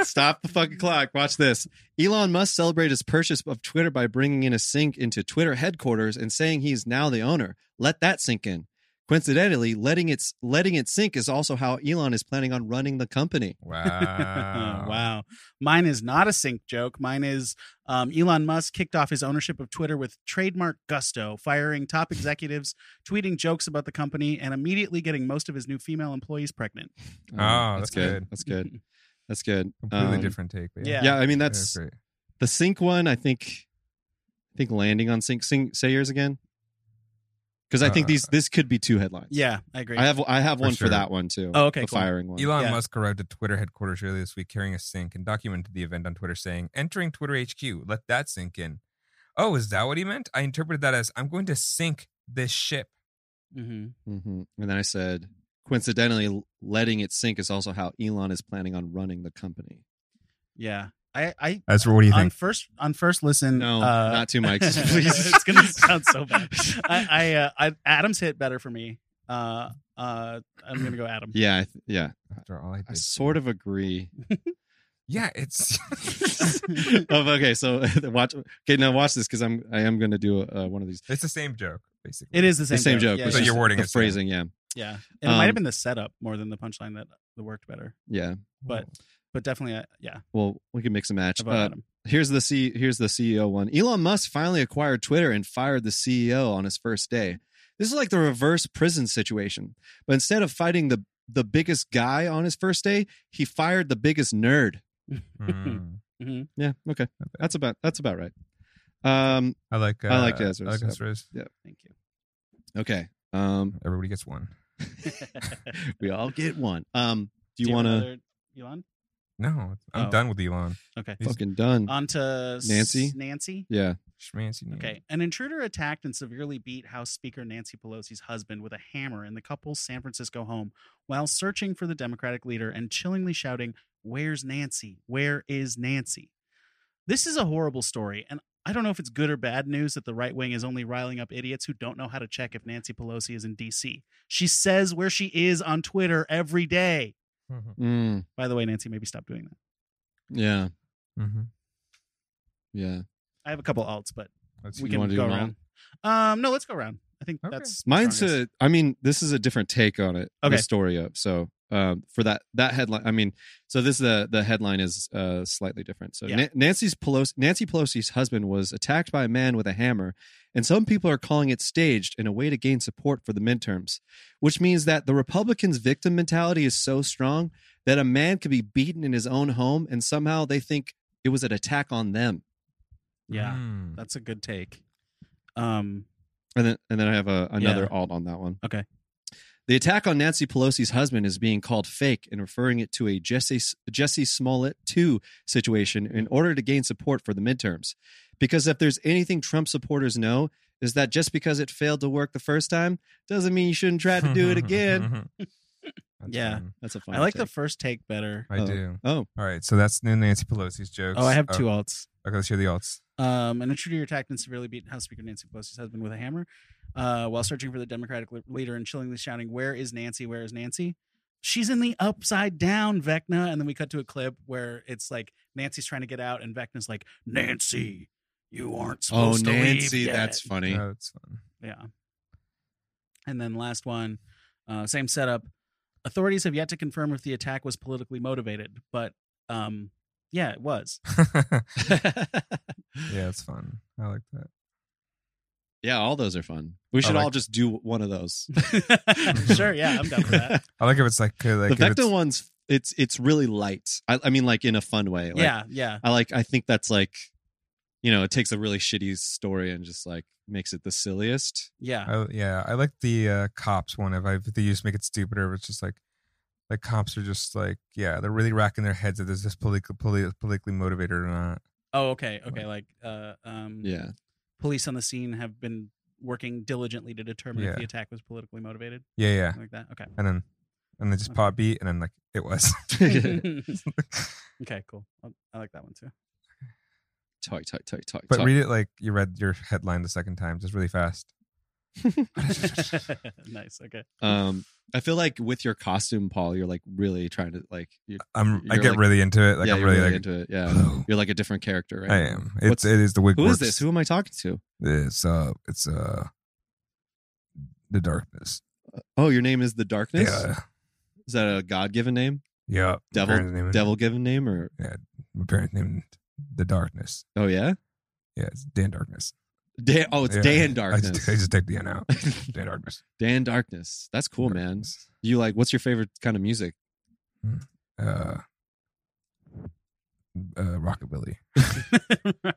Speaker 1: Stop the fucking clock. Watch this. Elon Musk celebrated his purchase of Twitter by bringing in a sink into Twitter headquarters and saying he's now the owner. Let that sink in. Coincidentally, letting it letting it sink is also how Elon is planning on running the company.
Speaker 3: *laughs*
Speaker 1: Oh.
Speaker 2: Wow.
Speaker 3: wow. Mine is not a sync joke. Mine is um, Elon Musk kicked off his ownership of Twitter with trademark gusto, firing top executives, tweeting jokes about the company, and immediately getting most of his new female employees pregnant.
Speaker 1: Um,
Speaker 2: Oh, that's good.
Speaker 1: That's good. That's good.
Speaker 2: *laughs* Completely
Speaker 1: Um,
Speaker 2: different take. but
Speaker 3: yeah.
Speaker 1: Yeah, I mean
Speaker 2: Yeah,
Speaker 1: that's
Speaker 2: great.
Speaker 1: the sync one. I think, I think landing on sync. Sing, say yours again. because I think
Speaker 2: Uh,
Speaker 1: these this could be two headlines.
Speaker 3: *laughs* Yeah, I agree.
Speaker 1: I have I have
Speaker 2: For
Speaker 1: one
Speaker 2: sure.
Speaker 1: for that one too.
Speaker 3: Oh, okay,
Speaker 1: the
Speaker 3: cool.
Speaker 1: firing one.
Speaker 2: Elon
Speaker 3: Yeah.
Speaker 2: Musk arrived at Twitter headquarters earlier this week carrying a sink and documented the event on Twitter, saying, Entering Twitter HQ, let that sink in. Oh, is that what he meant? I interpreted that as, I'm going to sink this ship.
Speaker 3: hmm
Speaker 1: hmm And then I said, coincidentally, letting it sink is also how Elon is planning on running the company.
Speaker 3: Yeah, I, I
Speaker 2: That's what do you
Speaker 3: on
Speaker 2: think?
Speaker 3: first on first listen.
Speaker 1: No,
Speaker 3: uh, *laughs*
Speaker 1: not two mics, *laughs* please.
Speaker 3: it's gonna sound
Speaker 1: *laughs*
Speaker 3: so bad. I, I, uh, I Adam's hit better for me. Uh, uh, I'm gonna go Adam.
Speaker 1: Yeah, I th- yeah.
Speaker 2: After all I
Speaker 1: I
Speaker 2: did.
Speaker 1: sort of
Speaker 3: *laughs*
Speaker 1: agree.
Speaker 2: Yeah, it's. *laughs*
Speaker 1: of, okay, so *laughs* watch. Okay, now watch this because I'm I am going to do uh, one of these.
Speaker 2: it's the same joke, basically.
Speaker 3: It is the same.
Speaker 1: The same joke.
Speaker 3: Yeah,
Speaker 1: but
Speaker 2: So
Speaker 3: yeah.
Speaker 1: just
Speaker 2: you're wording
Speaker 1: the
Speaker 2: is different.
Speaker 1: phrasing. Yeah,
Speaker 3: yeah. And it might have
Speaker 1: Um,
Speaker 3: been the setup more than the punchline that, uh, that worked better,
Speaker 1: yeah.
Speaker 3: but but definitely, uh, yeah.
Speaker 1: Well, we can mix and match.
Speaker 3: I vote
Speaker 1: Oh. Uh,
Speaker 3: Adam.
Speaker 1: here's the C, here's the CEO one. Elon Musk finally acquired Twitter and fired the CEO on his first day. This is like the reverse prison situation. But instead of fighting the the biggest guy on his first day, he fired the biggest nerd. *laughs*
Speaker 2: Mm.
Speaker 1: Yeah, okay. That's about that's about right. Um
Speaker 2: I like. Uh,
Speaker 1: I like Ezra's.
Speaker 2: I like Ezra's.
Speaker 3: Thank
Speaker 1: *laughs*
Speaker 3: you. *laughs*
Speaker 1: okay.
Speaker 2: *laughs*
Speaker 1: Um
Speaker 2: Everybody gets one.
Speaker 1: we all get one. Um do you,
Speaker 3: have
Speaker 1: want to
Speaker 3: another, Elon?
Speaker 2: No, I'm
Speaker 3: Oh.
Speaker 2: done with Elon.
Speaker 3: Okay.
Speaker 2: He's-
Speaker 1: fucking done?
Speaker 3: On to s-
Speaker 1: Nancy?
Speaker 3: Nancy.
Speaker 1: yeah.
Speaker 2: Schmancy
Speaker 1: Mm-hmm.
Speaker 2: name.
Speaker 3: Okay. An intruder attacked and severely beat House Speaker Nancy Pelosi's husband with a hammer in the couple's San Francisco home while searching for the Democratic leader and chillingly shouting, Where's Nancy? Where is Nancy? This is a horrible story. And I don't know if it's good or bad news that the right wing is only riling up idiots who don't know how to check if Nancy Pelosi is in D.C. She says where she is on Twitter every day.
Speaker 2: Mhm.
Speaker 1: Mm,
Speaker 3: By the way, Nancy, maybe stop doing that.
Speaker 1: yeah.
Speaker 2: Mhm.
Speaker 1: Yeah.
Speaker 3: I have a couple alts, but
Speaker 2: Let's
Speaker 3: we
Speaker 1: You
Speaker 3: can
Speaker 1: wanna do
Speaker 3: go
Speaker 1: an
Speaker 3: around. Um, no, let's go around. I think
Speaker 2: Okay.
Speaker 3: that's the
Speaker 1: Mine's
Speaker 3: strongest.
Speaker 1: a, I mean, this is a different take on it.
Speaker 3: Okay.
Speaker 1: The story of so um, for that that headline. I mean, so this the the headline is uh, slightly different. So
Speaker 3: Yeah.
Speaker 1: Na- Nancy's Pelosi, Nancy Pelosi's husband was attacked by a man with a hammer, and some people are calling it staged in a way to gain support for the midterms, which means that the Republicans' victim mentality is so strong that a man could be beaten in his own home, and somehow they think it was an attack on them.
Speaker 3: yeah.
Speaker 2: Mm.
Speaker 3: That's a good take. Um,
Speaker 1: And then, and then I have a, another
Speaker 3: Yeah.
Speaker 1: alt on that one.
Speaker 3: Okay.
Speaker 1: The attack on Nancy Pelosi's husband is being called fake and referring it to a Jesse, Jesse Smollett 2 situation in order to gain support for the midterms. Because if there's anything Trump supporters know, is that just because it failed to work the first time doesn't mean you shouldn't try to do it
Speaker 3: *laughs*
Speaker 1: again.
Speaker 2: *laughs* That's
Speaker 3: Yeah.
Speaker 2: fun.
Speaker 1: That's a fun
Speaker 3: I like the
Speaker 1: take.
Speaker 3: first take better.
Speaker 2: I
Speaker 1: Oh.
Speaker 2: do.
Speaker 1: Oh,
Speaker 2: All right, so that's new Nancy Pelosi's jokes.
Speaker 3: Oh, I have two alts.
Speaker 2: Okay, let's hear the alts.
Speaker 3: Um, an intruder attacked and severely beat House Speaker Nancy Pelosi's husband with a hammer uh, while searching for the Democratic le- leader and chillingly shouting, Where is Nancy? Where is Nancy? She's in the upside down, Vecna. And then we cut to a clip where it's like Nancy's trying to get out, and Vecna's like, Nancy, you aren't
Speaker 1: oh
Speaker 3: supposed to leave
Speaker 1: Nancy,
Speaker 3: yet."
Speaker 1: that's funny.
Speaker 2: No, it's fun. *laughs*
Speaker 3: Yeah. And then last one, uh, same setup. Authorities have yet to confirm if the attack was politically motivated, but um, yeah, it was.
Speaker 2: yeah, it's fun. I like that.
Speaker 1: *laughs* yeah, all those are fun. We should
Speaker 2: like-
Speaker 1: all just do one of those.
Speaker 3: *laughs* sure, yeah, I'm down for that.
Speaker 2: I like if it's like, uh, like
Speaker 1: the
Speaker 2: if it's,
Speaker 1: Vecna one's it's it's really light. I, I mean, like in a fun way. Like,
Speaker 3: yeah, yeah,
Speaker 1: I like. I think that's like, you know, it takes a really shitty story and just like makes it the silliest.
Speaker 3: yeah,
Speaker 2: I, yeah, I like the uh, cops one. If, I, if they just make it stupider, it's just like, like cops are just like, yeah, they're really racking their heads if there's this political, politi- politically motivated or not.
Speaker 3: Oh, okay, okay. Like, uh, um,
Speaker 1: Yeah.
Speaker 3: police on the scene have been working diligently to determine
Speaker 2: Yeah.
Speaker 3: if the attack was politically motivated,
Speaker 2: Yeah, yeah,
Speaker 3: like that. Okay,
Speaker 2: and then, and then just
Speaker 3: Okay.
Speaker 2: pop beat, and then like it was.
Speaker 3: okay, cool. I, I like that one too.
Speaker 1: Talk, talk, talk, talk.
Speaker 2: *laughs* but
Speaker 1: talk.
Speaker 2: read it like you read your headline the second time, just really fast.
Speaker 3: nice. Okay. *laughs*
Speaker 1: um, I feel like with your costume, Paul, you're like really trying to like. You're,
Speaker 2: I'm, I
Speaker 1: You're,
Speaker 2: get
Speaker 1: like-
Speaker 2: really into it. Like
Speaker 1: yeah,
Speaker 2: I'm
Speaker 1: you're
Speaker 2: really,
Speaker 1: really,
Speaker 2: like,
Speaker 1: into it.
Speaker 2: *laughs*
Speaker 1: Yeah,
Speaker 2: hello.
Speaker 1: you're like a different character, right?
Speaker 2: I
Speaker 1: now.
Speaker 2: am.
Speaker 1: What's-
Speaker 2: It's it is the wig.
Speaker 1: Who
Speaker 2: works.
Speaker 1: is this? Who am I talking to?
Speaker 2: It's uh, it's uh, the darkness.
Speaker 1: Oh, your name is the Darkness.
Speaker 2: Yeah,
Speaker 1: Is that a God-given name,
Speaker 2: yeah.
Speaker 1: Devil-
Speaker 2: My parents named it-
Speaker 1: devil-given name, or
Speaker 2: My parents named it the darkness.
Speaker 1: oh yeah,
Speaker 2: Yeah, it's Dan Darkness.
Speaker 1: Dan? Oh, it's
Speaker 2: Yeah,
Speaker 1: Dan
Speaker 2: *laughs* I
Speaker 1: Darkness.
Speaker 2: just, I just take the
Speaker 1: *laughs*
Speaker 2: N out. Dan Darkness.
Speaker 1: Dan Darkness. That's cool, man.
Speaker 2: Darkness.
Speaker 1: You like? What's your favorite kind of music?
Speaker 2: Uh, uh, rockabilly.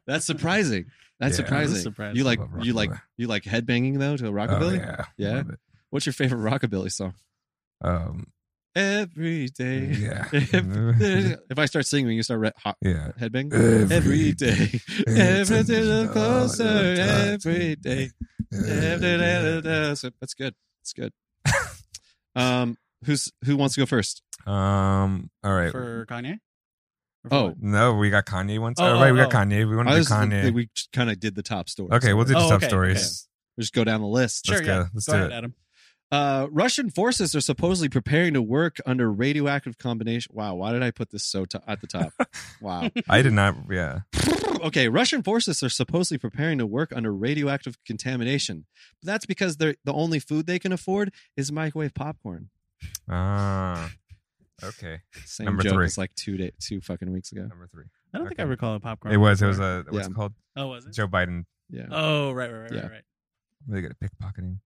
Speaker 1: That's surprising. That's
Speaker 2: Yeah.
Speaker 3: That is
Speaker 1: surprising.
Speaker 3: surprising.
Speaker 1: You like
Speaker 2: I love
Speaker 1: you like
Speaker 2: rockabilly.
Speaker 1: you like headbanging though to a
Speaker 2: Oh,
Speaker 1: rockabilly.
Speaker 2: yeah.
Speaker 1: Yeah?
Speaker 2: Love it.
Speaker 1: What's your favorite rockabilly song?
Speaker 2: Um,
Speaker 1: Every
Speaker 2: Uh,
Speaker 1: day. *laughs*
Speaker 2: yeah.
Speaker 1: if I start singing, you start re- hot
Speaker 2: yeah.
Speaker 1: headbang.
Speaker 2: Every,
Speaker 1: Every day, *laughs* every day I'm closer. Every day,
Speaker 2: *laughs*
Speaker 1: that's good. That's good. Um, who's who wants to go first?
Speaker 2: Um. All right.
Speaker 3: for Kanye. Or for
Speaker 1: Oh,
Speaker 3: what?
Speaker 2: no, we got Kanye once.
Speaker 3: Oh,
Speaker 2: Oh, right, we
Speaker 3: oh,
Speaker 2: got Kanye. We want
Speaker 1: I
Speaker 2: to do
Speaker 1: was-
Speaker 2: Kanye.
Speaker 1: we kind of did the top stories.
Speaker 2: okay, we'll do the
Speaker 3: Oh,
Speaker 2: top
Speaker 3: okay,
Speaker 2: stories.
Speaker 1: We'll just go down the list.
Speaker 3: sure.
Speaker 2: Let's
Speaker 3: yeah.
Speaker 2: go. Let's
Speaker 3: go
Speaker 2: do
Speaker 3: ahead,
Speaker 2: it.
Speaker 3: Adam.
Speaker 1: Uh, Russian forces are supposedly preparing to work under radioactive combination. Wow, why did I put this so to- at the top? wow.
Speaker 2: I did not. Yeah.
Speaker 1: *laughs* okay, Russian forces are supposedly preparing to work under radioactive contamination. But that's because they're the only food they can afford is microwave popcorn.
Speaker 2: Ah. Okay.
Speaker 1: Same
Speaker 2: Number
Speaker 1: joke
Speaker 2: three.
Speaker 1: as like two day, two fucking weeks ago.
Speaker 2: Number three.
Speaker 3: I don't think I
Speaker 2: Okay.
Speaker 3: recall a popcorn.
Speaker 2: It was. It was
Speaker 3: before.
Speaker 2: a. What's
Speaker 1: Yeah.
Speaker 2: it called?
Speaker 3: Oh, was it?
Speaker 2: Joe Biden.
Speaker 1: Yeah.
Speaker 3: Oh, right, right, right,
Speaker 1: Yeah.
Speaker 3: right, right.
Speaker 2: Really good at pickpocketing.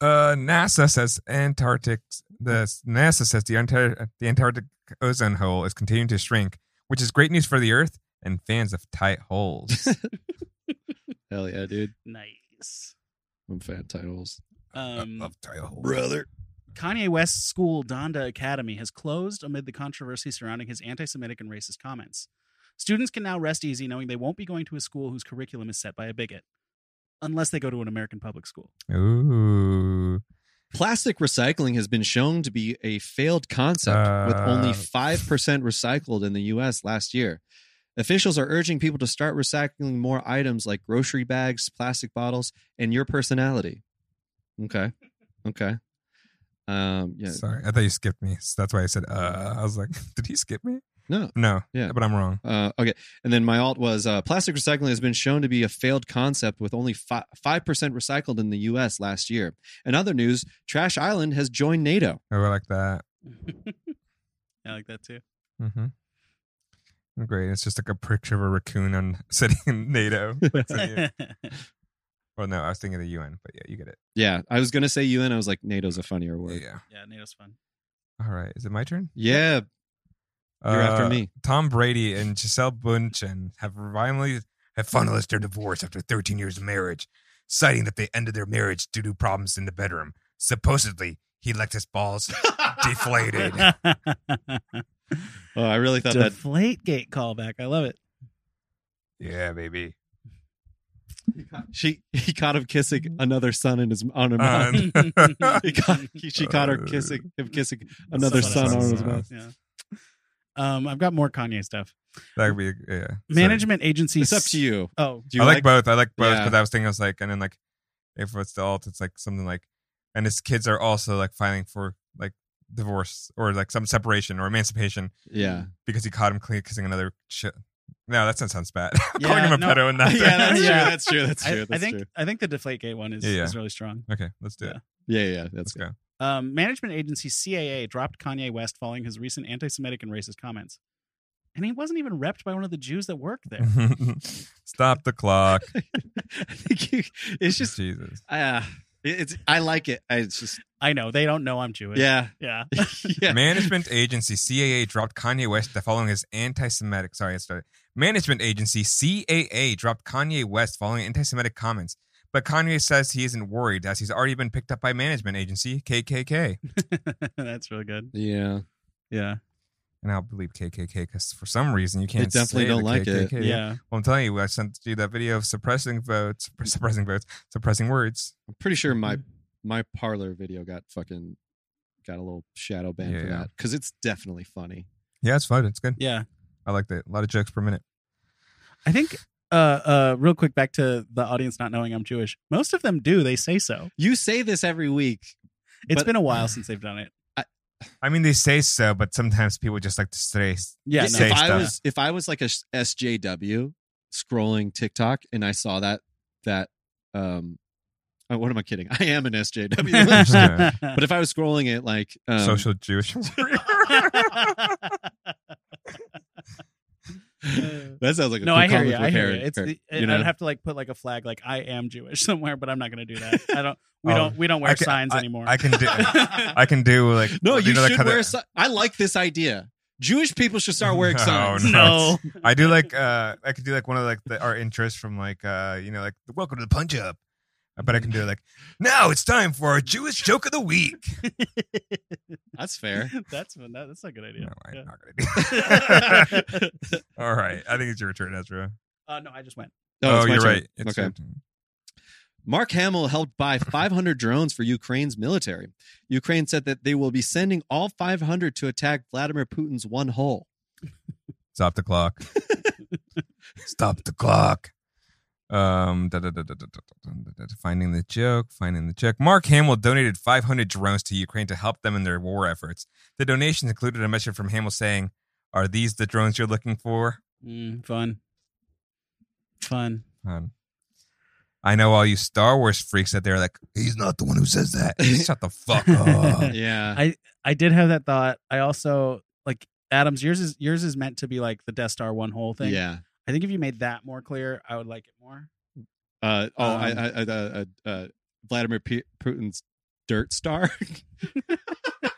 Speaker 2: Uh, NASA says Antarctic. The NASA says the Antar- the Antarctic ozone hole is continuing to shrink, which is great news for the Earth and fans of tight
Speaker 1: *laughs*
Speaker 2: holes.
Speaker 1: Hell yeah, dude.
Speaker 3: Nice.
Speaker 1: I'm fan titles.
Speaker 3: Um,
Speaker 2: tight holes,
Speaker 1: Brother.
Speaker 3: Kanye West's school, Donda Academy, has closed amid the controversy surrounding his anti Semitic and racist comments. Students can now rest easy knowing they won't be going to a school whose curriculum is set by a bigot, unless they go to an American public school. *laughs*
Speaker 2: Ooh.
Speaker 1: Plastic recycling has been shown to be a failed concept with only
Speaker 2: Uh,
Speaker 1: 5% recycled in the US last year. Officials are urging people to start recycling more items like grocery bags, plastic bottles, and your personality. Okay. Okay. Um yeah.
Speaker 2: Sorry, I thought you skipped me. So that's why I said, uh, I was like, *laughs* did he skip me?
Speaker 1: No.
Speaker 2: No.
Speaker 1: Yeah.
Speaker 2: But I'm wrong.
Speaker 1: Uh, okay. And then my alt was uh, plastic recycling has been shown to be a failed concept with only fi- 5% recycled in the US last year. In other news, Trash Island has joined NATO.
Speaker 2: I like that.
Speaker 3: I like that too.
Speaker 2: Mm-hmm. Great. It's just like a picture of a raccoon on *laughs* sitting in NATO.
Speaker 3: *laughs*
Speaker 2: That's in the- well, no, I was thinking of the UN, but yeah, you get it.
Speaker 1: Yeah. I was going to say UN. I was like, NATO's a funnier word.
Speaker 2: Yeah.
Speaker 3: yeah, NATO's fun.
Speaker 2: All right. Is it my turn?
Speaker 1: Yeah. You're after
Speaker 2: Uh,
Speaker 1: me.
Speaker 2: Tom Brady and Giselle Bundchen have finally have finalized their divorce after 13 years of marriage, citing that they ended their marriage due to problems in the bedroom. Supposedly, he let his balls
Speaker 3: *laughs*
Speaker 1: *laughs*
Speaker 2: deflated.
Speaker 1: Oh, I really thought that.
Speaker 3: Deflate gate callback. I love it.
Speaker 2: *laughs*
Speaker 3: *laughs*
Speaker 2: Yeah, baby.
Speaker 1: She he caught him kissing another son in his on her
Speaker 2: Uh,
Speaker 1: mouth. he
Speaker 3: *laughs*
Speaker 1: caught, he- she caught her kissing him kissing another
Speaker 3: Someone
Speaker 1: son on
Speaker 3: else's
Speaker 1: his mouth.
Speaker 3: Yeah. Um, I've got more Kanye stuff.
Speaker 2: That would be yeah.
Speaker 3: Management agency.
Speaker 1: It's up to you.
Speaker 3: Oh,
Speaker 1: Do you
Speaker 2: I like, both. I like both,
Speaker 1: Yeah.
Speaker 2: but I was thinking, I was like, and then like, if it's the alt, it's like something like, and his kids are also like filing for like divorce or like some separation or emancipation
Speaker 1: Yeah. *laughs*
Speaker 2: because he caught him clean kissing another shit. No, that sounds- sounds bad. *laughs* Calling
Speaker 3: Yeah,
Speaker 2: him a
Speaker 3: no.
Speaker 2: pedo and
Speaker 1: *laughs*
Speaker 2: that.
Speaker 1: yeah, that's
Speaker 3: Yeah.
Speaker 1: true. That's true. That's
Speaker 3: I,
Speaker 1: true.
Speaker 3: I
Speaker 1: That's
Speaker 3: think
Speaker 1: true.
Speaker 3: I think the deflate gate one is,
Speaker 2: Yeah, yeah.
Speaker 3: is really strong.
Speaker 2: okay, let's do it.
Speaker 3: Yeah.
Speaker 1: Yeah, yeah, yeah, that's
Speaker 2: Let's
Speaker 1: good.
Speaker 2: go.
Speaker 3: Um, management agency CAA dropped Kanye West following his recent anti-Semitic and racist comments, and he wasn't even repped by one of the Jews that worked
Speaker 1: *laughs*
Speaker 3: there.
Speaker 2: *laughs* Stop the clock.
Speaker 1: I think you- it's
Speaker 2: *laughs*
Speaker 1: just
Speaker 2: Jesus.
Speaker 1: uh, it- it's I like it. I, it's just
Speaker 3: I know they don't know I'm Jewish.
Speaker 1: yeah, *laughs*
Speaker 3: yeah. *laughs*
Speaker 1: yeah.
Speaker 2: Management agency CAA dropped Kanye West following his anti-Semitic. Sorry, I started. Management agency CAA dropped Kanye West following anti-Semitic comments, but Kanye says he isn't worried as he's already been picked up by management agency KKK.
Speaker 3: That's really good.
Speaker 1: Yeah,
Speaker 3: Yeah,
Speaker 2: And I'll believe KKK because for some reason you
Speaker 1: They
Speaker 2: can't.
Speaker 1: definitely
Speaker 2: say
Speaker 1: don't
Speaker 2: the
Speaker 1: like it.
Speaker 2: KKK.
Speaker 3: yeah.
Speaker 2: Well, I'm telling you, I sent you that video of suppressing votes, *laughs* suppressing votes, suppressing words.
Speaker 1: I'm pretty sure my my parlor video got fucking got a little shadow ban for
Speaker 2: Yeah.
Speaker 1: that because it's definitely funny.
Speaker 2: Yeah, it's fun. It's good.
Speaker 3: Yeah.
Speaker 2: I liked it. A lot of jokes per minute.
Speaker 3: I think. Uh, uh, real quick, back to the audience not knowing I'm Jewish. Most of them do. They say so.
Speaker 1: You say this every week.
Speaker 3: It's
Speaker 1: But-
Speaker 3: been a while since they've done it.
Speaker 2: I mean, they say so, but sometimes people just like to say.
Speaker 3: Yeah,
Speaker 1: if
Speaker 2: no. Say
Speaker 1: I
Speaker 2: stuff.
Speaker 1: was if I was like a s- SJW scrolling TikTok and I saw that that um, oh, what am I kidding? *laughs* I am an
Speaker 3: *laughs*
Speaker 1: SJW. *laughs* but if I was scrolling it like um,
Speaker 2: social Jewish.
Speaker 1: *laughs* that sounds like a
Speaker 3: no,
Speaker 1: cool
Speaker 3: I hear
Speaker 1: comic
Speaker 3: you. I
Speaker 1: book
Speaker 3: hear
Speaker 1: parody,
Speaker 3: you. It's
Speaker 1: parody,
Speaker 3: the, and
Speaker 1: you know?
Speaker 3: I'd have to like put like a flag, like I am Jewish *laughs* somewhere, but I'm not going to do that. I don't. We
Speaker 2: Oh,
Speaker 3: don't. We don't wear
Speaker 2: I can-
Speaker 3: signs anymore.
Speaker 1: *laughs*
Speaker 2: I can do. I can do like.
Speaker 1: No,
Speaker 2: you
Speaker 1: you
Speaker 2: know, like
Speaker 1: should
Speaker 2: how
Speaker 1: wear.
Speaker 2: the-
Speaker 1: a si- I like this idea. Jewish people should start
Speaker 2: *laughs*
Speaker 1: wearing
Speaker 2: No,
Speaker 1: signs.
Speaker 2: Oh, no.
Speaker 3: No. *laughs*
Speaker 2: I do like uh I could do like one of like the, our interests from like uh you know like welcome to the punch up. I bet I can do like now it's time for our Jewish joke of the week.
Speaker 1: *laughs* That's fair. Oh,
Speaker 3: that's that, that's a good
Speaker 1: *laughs*
Speaker 3: idea.
Speaker 2: No, I'm
Speaker 3: Yeah.
Speaker 2: not gonna do. *laughs* All right, I think it's your turn, Ezra.
Speaker 3: uh, no, I just went.
Speaker 1: No, it's my
Speaker 2: Oh, you're
Speaker 1: turn.
Speaker 2: right. It's
Speaker 1: Okay.
Speaker 2: your turn.
Speaker 1: Mark Hamill helped buy 500 drones for Ukraine's military. Ukraine said that they will be sending all 500 to attack Vladimir Putin's one hole.
Speaker 2: Stop the
Speaker 1: *laughs*
Speaker 2: clock. Stop the clock. Um, da, da, da, da, da, da, da, da, da, da. finding the joke, finding the joke. Mark Hamill donated 500 drones to Ukraine to help them in their war efforts. The donations included a message from Hamill saying, "Are these the drones you're looking for?"
Speaker 3: Mm, fun. Fun.
Speaker 2: Um, I know all you Star Wars freaks out there, like he's not the one who
Speaker 1: *laughs*
Speaker 2: says that. Shut the fuck up.
Speaker 1: Yeah.
Speaker 3: I did have that thought. I also like Adams. Yours is yours is meant to be like the Death Star one whole thing.
Speaker 1: Yeah.
Speaker 3: I think if you made that more clear, I would like it more.
Speaker 1: Uh, oh, I,
Speaker 3: Um,
Speaker 1: I, I, uh, uh, Vladimir P- Putin's dirt star.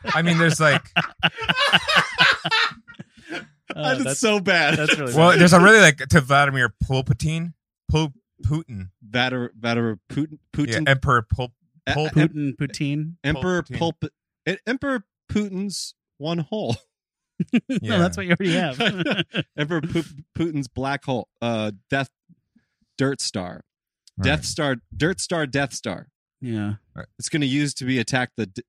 Speaker 1: *laughs*
Speaker 2: I mean, there's like,
Speaker 3: Uh,
Speaker 1: that's,
Speaker 3: that's
Speaker 1: so bad.
Speaker 3: that's really
Speaker 2: well, there's a really like to Vladimir Pulpatine, Pul- Putin,
Speaker 1: *laughs* Vladimir, Vladimir Putin,
Speaker 2: yeah,
Speaker 1: Putin,
Speaker 2: Emperor Pul-
Speaker 1: E-
Speaker 2: Pul-
Speaker 1: E-
Speaker 3: Putin poutine. *laughs*
Speaker 1: Emperor
Speaker 2: Putin.
Speaker 1: Pulp, E- Emperor Putin's one hole. *laughs*
Speaker 2: Yeah.
Speaker 3: No, that's what you already have.
Speaker 2: *laughs*
Speaker 1: Emperor Pu- Putin's black hole. Uh, death, dirt star,
Speaker 2: All
Speaker 1: death star, dirt star, death star.
Speaker 3: yeah.
Speaker 1: It's going to use to be attacked the d-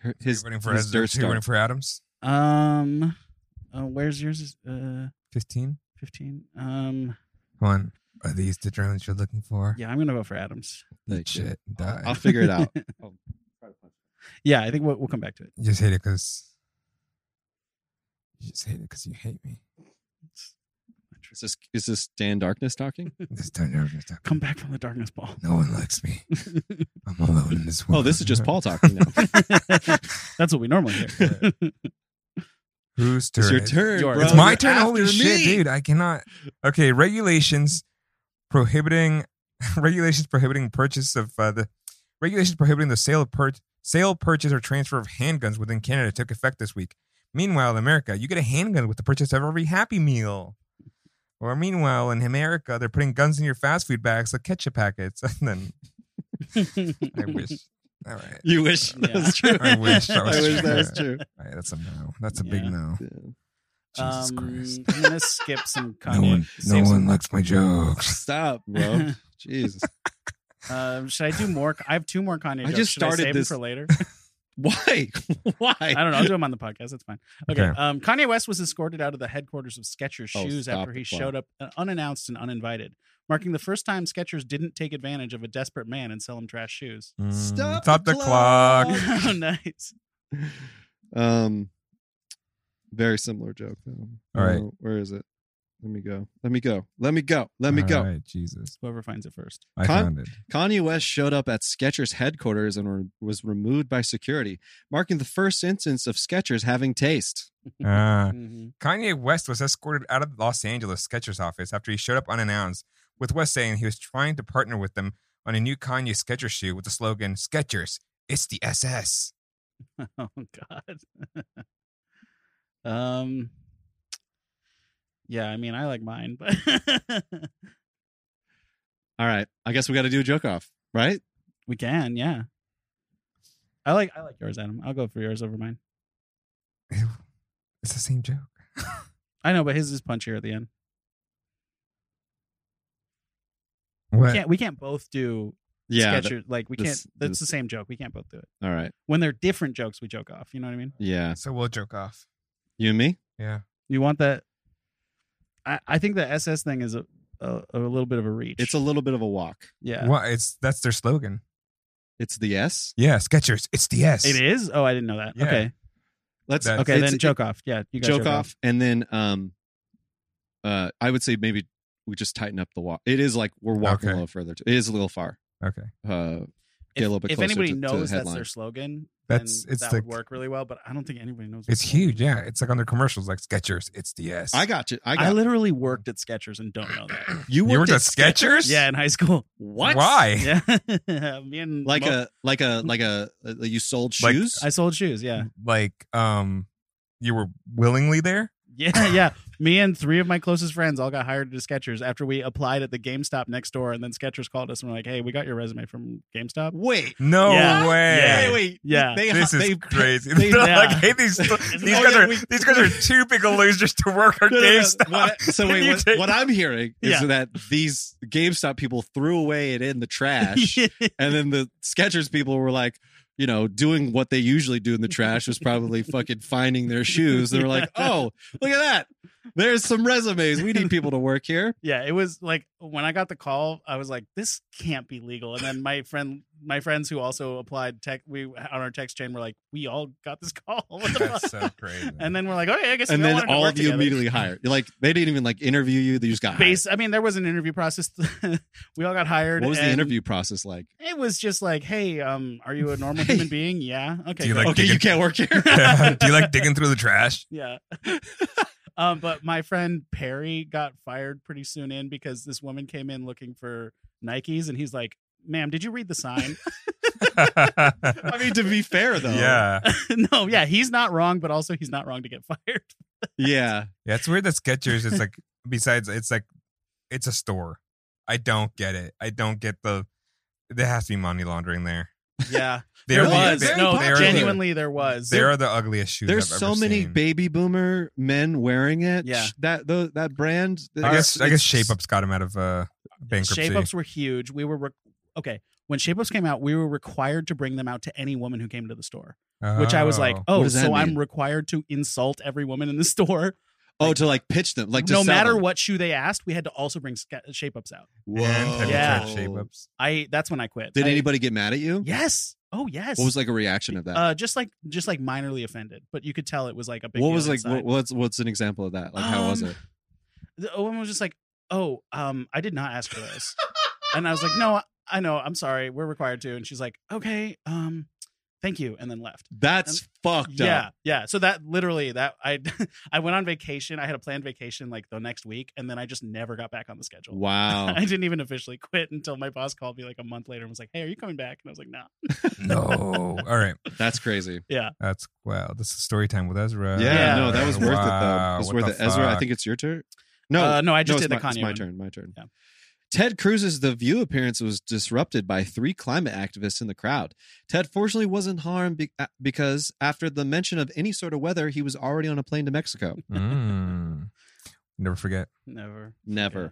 Speaker 1: her-
Speaker 2: You're
Speaker 1: his,
Speaker 2: rooting for
Speaker 1: his dirt
Speaker 2: Ezra, *laughs* you're
Speaker 1: star.
Speaker 2: rooting for Adams.
Speaker 3: Um. Uh, where's yours? Uh,
Speaker 2: Fifteen.
Speaker 3: fifteen. Um.
Speaker 2: One. Are these the drones you're looking for?
Speaker 3: Yeah, I'm gonna vote for Adams.
Speaker 1: Thank you.
Speaker 2: Shit. Die.
Speaker 1: I'll figure it
Speaker 2: *laughs*
Speaker 1: out. Oh.
Speaker 3: Yeah, I think we'll, we'll come back to it.
Speaker 2: You just hate it because. You just hate it because you hate
Speaker 1: *laughs*
Speaker 2: me.
Speaker 1: Is this is this Dan Darkness
Speaker 2: *laughs*
Speaker 1: talking?
Speaker 2: This time you're gonna stop.
Speaker 3: Come back from the darkness ball.
Speaker 2: No one likes me.
Speaker 1: *laughs*
Speaker 2: I'm alone in this world.
Speaker 1: Oh, this is just Paul talking
Speaker 2: *laughs*
Speaker 1: now.
Speaker 3: *laughs* That's what we normally hear.
Speaker 2: Whose turn?
Speaker 1: It's your
Speaker 2: is it?
Speaker 1: turn.
Speaker 3: Yours.
Speaker 1: bro.
Speaker 2: It's my
Speaker 1: You're
Speaker 2: turn. Holy
Speaker 1: after
Speaker 2: shit,
Speaker 1: me.
Speaker 2: dude! I cannot. Okay, regulations prohibiting *laughs* regulations prohibiting purchase of uh, the regulations prohibiting the sale of pur- sale, purchase, or transfer of handguns within Canada took effect this week. Meanwhile, in America, you get a handgun with the purchase of every Happy Meal. Or meanwhile, in America, they're putting guns in your fast food bags like ketchup packets. *laughs* And then *laughs*
Speaker 1: *laughs*
Speaker 2: I wish. All right.
Speaker 1: You wish that
Speaker 3: Yeah.
Speaker 1: was true.
Speaker 2: I
Speaker 3: *laughs*
Speaker 2: wish
Speaker 1: *laughs*
Speaker 2: that
Speaker 1: I
Speaker 2: was
Speaker 1: wish that was
Speaker 2: true.
Speaker 1: true.
Speaker 2: All right, that's a no. That's a big
Speaker 3: Yeah.
Speaker 2: no.
Speaker 1: *laughs*
Speaker 2: Jesus
Speaker 3: um,
Speaker 2: Christ.
Speaker 3: I'm gonna skip some Kanye.
Speaker 2: *laughs* No one, no
Speaker 3: save some-
Speaker 2: one likes my jokes.
Speaker 1: Stop, *laughs* bro. Jesus.
Speaker 3: Um, should I do more? I have two more Kanye.
Speaker 1: I
Speaker 3: jokes.
Speaker 1: just
Speaker 3: Should
Speaker 1: started
Speaker 3: save 'em
Speaker 1: this-
Speaker 3: for later.
Speaker 1: Why? *laughs* Why?
Speaker 3: I don't know. I'll do them on the podcast. That's fine. Okay.
Speaker 2: Okay.
Speaker 3: Um, Kanye West was escorted out of the headquarters of Skechers
Speaker 1: Oh,
Speaker 3: shoes
Speaker 1: stop
Speaker 3: after
Speaker 1: it,
Speaker 3: he
Speaker 1: Clark.
Speaker 3: showed up uh, unannounced and uninvited, marking the first time Skechers didn't take advantage of a desperate man and sell him trash shoes.
Speaker 2: Mm,
Speaker 1: Stop
Speaker 2: stop
Speaker 1: the
Speaker 2: the, clock.
Speaker 1: clock.
Speaker 3: *laughs* oh, nice.
Speaker 1: Um, very similar joke though.
Speaker 2: All right.
Speaker 1: Uh, where is it? Let me go. Let me go. Let me go. Let me
Speaker 2: All
Speaker 1: go.
Speaker 2: right, Jesus.
Speaker 3: Whoever finds it first.
Speaker 2: I
Speaker 1: Con-
Speaker 2: found it.
Speaker 1: Kanye West showed up at Skechers headquarters and re- was removed by security, marking the first instance of Skechers having taste.
Speaker 2: Ah.
Speaker 3: Mhm.
Speaker 2: Kanye West was escorted out of the Los Angeles Skechers office after he showed up unannounced, with West saying he was trying to partner with them on a new Kanye Skechers shoe with the slogan Skechers, it's the SS.
Speaker 3: *laughs* Oh God. *laughs* um. Yeah, I mean, I like mine, but *laughs*
Speaker 1: All right. I guess we got to do a joke off, right?
Speaker 3: we can. Yeah. I like I like yours, Adam. I'll go for yours over mine.
Speaker 2: Ew. It's the same joke.
Speaker 3: I know, but his is punchier at the end. We
Speaker 2: What?
Speaker 3: can't we can't both do
Speaker 1: Yeah.
Speaker 3: Skechers. like we
Speaker 1: this-
Speaker 3: can't. That's the
Speaker 1: this-
Speaker 3: same joke. We can't both do it.
Speaker 1: th- all right.
Speaker 3: When they're different jokes, we joke off. You know what I mean?
Speaker 1: Yeah.
Speaker 2: So we'll joke off.
Speaker 1: You and me?
Speaker 2: Yeah.
Speaker 3: You want that? I I think the SS thing is a a, a little bit of a reach.
Speaker 1: It's a little bit of a walk.
Speaker 3: yeah.
Speaker 2: What? It's that's their slogan.
Speaker 1: It's the S.
Speaker 2: Yeah, Skechers, it's the S.
Speaker 3: It is. Oh, I didn't know that.
Speaker 2: Yeah.
Speaker 3: Okay.
Speaker 1: Let's
Speaker 2: That-
Speaker 3: Okay.
Speaker 1: it's-
Speaker 3: Then joke off. Yeah. You guys
Speaker 1: joke off, and then um uh i would say maybe we just tighten up the walk it is like we're walking
Speaker 2: Okay.
Speaker 1: a little further it is a little far
Speaker 2: Okay.
Speaker 1: uh
Speaker 3: If,
Speaker 1: Get a little bit
Speaker 3: if
Speaker 1: closer
Speaker 3: anybody
Speaker 1: to- to the
Speaker 3: knows that's their
Speaker 1: headline.
Speaker 3: slogan,
Speaker 2: That's-
Speaker 3: then
Speaker 2: it's
Speaker 3: that
Speaker 2: the-
Speaker 3: would work really well. But I don't think anybody knows. what
Speaker 2: It's
Speaker 3: the slogan
Speaker 2: huge.
Speaker 3: is.
Speaker 2: Yeah. It's like on their commercials, like Skechers, it's the S.
Speaker 1: i got you i
Speaker 3: I,
Speaker 1: got
Speaker 3: literally worked at Skechers and don't know
Speaker 1: *coughs*
Speaker 3: that.
Speaker 1: you
Speaker 2: you
Speaker 1: worked
Speaker 2: were
Speaker 1: at
Speaker 2: at Skechers?
Speaker 3: yeah, in high school.
Speaker 1: what
Speaker 2: Why?
Speaker 3: *laughs* Yeah, me and
Speaker 1: like
Speaker 3: Mo-
Speaker 1: a like a like a uh, you sold
Speaker 2: Like-
Speaker 1: shoes
Speaker 3: I sold shoes. Yeah,
Speaker 2: like um you were willingly there
Speaker 3: Yeah, *laughs* yeah. Me and three of my closest friends all got hired to Skechers after we applied at the GameStop next door, and then Skechers called us and were like, "Hey, we got your resume from
Speaker 1: *laughs*
Speaker 3: GameStop." *laughs*
Speaker 1: Wait.
Speaker 2: No
Speaker 3: Yeah.
Speaker 2: way.
Speaker 3: Yeah.
Speaker 1: Wait, wait.
Speaker 3: Yeah.
Speaker 1: They,
Speaker 3: *laughs*
Speaker 2: This is
Speaker 1: they,
Speaker 2: crazy. *laughs*
Speaker 1: they-
Speaker 2: They're
Speaker 3: yeah.
Speaker 2: like, hey,
Speaker 3: *laughs*
Speaker 2: these, *laughs* these
Speaker 1: Oh,
Speaker 2: guys
Speaker 1: yeah,
Speaker 2: are
Speaker 1: we-
Speaker 2: these guys are too big of losers
Speaker 3: *laughs*
Speaker 2: to work our
Speaker 1: No, no, no.
Speaker 2: GameStop.
Speaker 1: What- so
Speaker 2: Can
Speaker 1: wait,
Speaker 2: you
Speaker 1: what,
Speaker 2: take-
Speaker 1: what I'm hearing is
Speaker 3: Yeah.
Speaker 1: that these GameStop people threw away it in
Speaker 3: *laughs*
Speaker 1: the trash, and then the Skechers people were like, you know, doing what they usually do in the trash was probably
Speaker 3: *laughs*
Speaker 1: fucking finding their shoes. They were like, oh, look at that. There's some resumes. We need people to work here.
Speaker 3: yeah, it was like when I got the call, I was like, "This can't be legal." And then my friend, my friends who also applied tech, we on our text chain were like, "We all got this call." *laughs* What the
Speaker 2: That's
Speaker 3: fuck?
Speaker 2: so crazy. *laughs*
Speaker 3: And *laughs* then we're like, "Okay, I guess." we
Speaker 1: and
Speaker 3: all
Speaker 1: then
Speaker 3: wanted to
Speaker 1: all
Speaker 3: work
Speaker 1: of you
Speaker 3: together."
Speaker 1: immediately hired. Like they didn't even like interview you. They just got hired.
Speaker 3: Base. I mean, there was an interview process. *laughs* we all got hired.
Speaker 1: What was the
Speaker 3: and
Speaker 1: interview process like?
Speaker 3: It was just like, "Hey, um, are you a normal human being?" Yeah. Okay.
Speaker 2: Do you
Speaker 3: great.
Speaker 2: Like
Speaker 1: okay, you
Speaker 2: digging-
Speaker 1: can't work here.
Speaker 2: *laughs* Do you like digging through the trash?
Speaker 3: Yeah. *laughs* um, but my friend Perry got fired pretty soon in because this woman came in looking for Nikes and he's like, Ma'am, did you read the sign? *laughs*
Speaker 1: I mean, to be fair though,
Speaker 2: *laughs* yeah.
Speaker 3: no, yeah, he's not wrong, but also he's not wrong to get *laughs* fired.
Speaker 1: yeah.
Speaker 2: *laughs* Yeah, it's weird that Skechers is like. Besides, it's like, it's a store. I don't get it. I don't get the. There has to be money laundering there.
Speaker 3: Yeah.
Speaker 2: They're
Speaker 3: there
Speaker 2: the-
Speaker 3: was.
Speaker 2: they-
Speaker 3: no,
Speaker 2: they are the-
Speaker 3: genuinely there was.
Speaker 2: They are the ugliest shoes.
Speaker 1: There's
Speaker 2: I've
Speaker 1: so
Speaker 2: ever
Speaker 1: many
Speaker 2: seen.
Speaker 1: baby boomer men wearing it.
Speaker 3: Yeah.
Speaker 1: Sh- that the, that brand.
Speaker 2: I guess I guess
Speaker 1: it's-
Speaker 2: Shape Ups got him out of uh, bankruptcy.
Speaker 3: Shape ups were huge. We were re- okay. When Shape Ups came out, we were required to bring them out to any woman who came to the store, which I was like,
Speaker 2: Oh.
Speaker 3: oh,
Speaker 1: does that
Speaker 3: so I'm
Speaker 1: mean?
Speaker 3: required to insult every woman in the *laughs* store.
Speaker 1: Oh, to like pitch them, like to
Speaker 3: no
Speaker 1: sell
Speaker 3: matter
Speaker 1: them.
Speaker 3: what shoe they asked, we had to also bring sca- Shape Ups out.
Speaker 2: And have you
Speaker 3: "Oh, Yeah.
Speaker 2: tried Shape Ups?
Speaker 3: I that's when I quit.
Speaker 1: Did
Speaker 3: I-
Speaker 1: anybody get mad at you?
Speaker 3: Yes. Oh yes.
Speaker 1: What was like a reaction of that?
Speaker 3: Uh, just like just like minorly offended, but you could tell it was like a big.
Speaker 1: what
Speaker 3: deal
Speaker 1: was like?
Speaker 3: inside.
Speaker 1: What, what's what's an example of that? Like how was
Speaker 3: Um,
Speaker 1: it?
Speaker 3: The woman was just like, "Oh, um, I did not ask for
Speaker 1: *laughs*
Speaker 3: this," and I was like, "No, I, I know. I'm sorry. We're required to." And she's like, "Okay, um, thank you," and then left.
Speaker 1: That's fucked
Speaker 3: um, Yeah,
Speaker 1: up.
Speaker 3: yeah. So that literally that I *laughs* I went on vacation. I had a planned vacation like the next week, and then I just never got back on the schedule.
Speaker 1: Wow.
Speaker 3: *laughs* I didn't even officially quit until my boss called me like a month later and was like, "Hey, are you coming back?" And I was like,
Speaker 1: *laughs*
Speaker 3: "No."
Speaker 2: No. All right.
Speaker 1: That's crazy.
Speaker 2: That's wow. This is story time with Ezra.
Speaker 1: Yeah,
Speaker 3: Yeah.
Speaker 1: no, that was worth it though.
Speaker 2: Wow,
Speaker 1: It was
Speaker 2: what
Speaker 1: worth
Speaker 2: the
Speaker 1: it. Ezra, I
Speaker 2: fuck?
Speaker 1: think it's your turn. No,
Speaker 3: uh, no. I
Speaker 1: no,
Speaker 3: just
Speaker 1: it's
Speaker 3: did
Speaker 1: my,
Speaker 3: the Kanye.
Speaker 1: it's my
Speaker 3: one.
Speaker 1: turn. My turn.
Speaker 3: Yeah.
Speaker 1: Ted Cruz's The View appearance was disrupted by three climate activists in the crowd. Ted fortunately wasn't harmed be- uh, because after the mention of any sort of weather, he was already on a plane to
Speaker 3: *laughs*
Speaker 1: Mexico.
Speaker 2: Mm. Never forget.
Speaker 3: Never.
Speaker 1: Never.
Speaker 3: Yeah.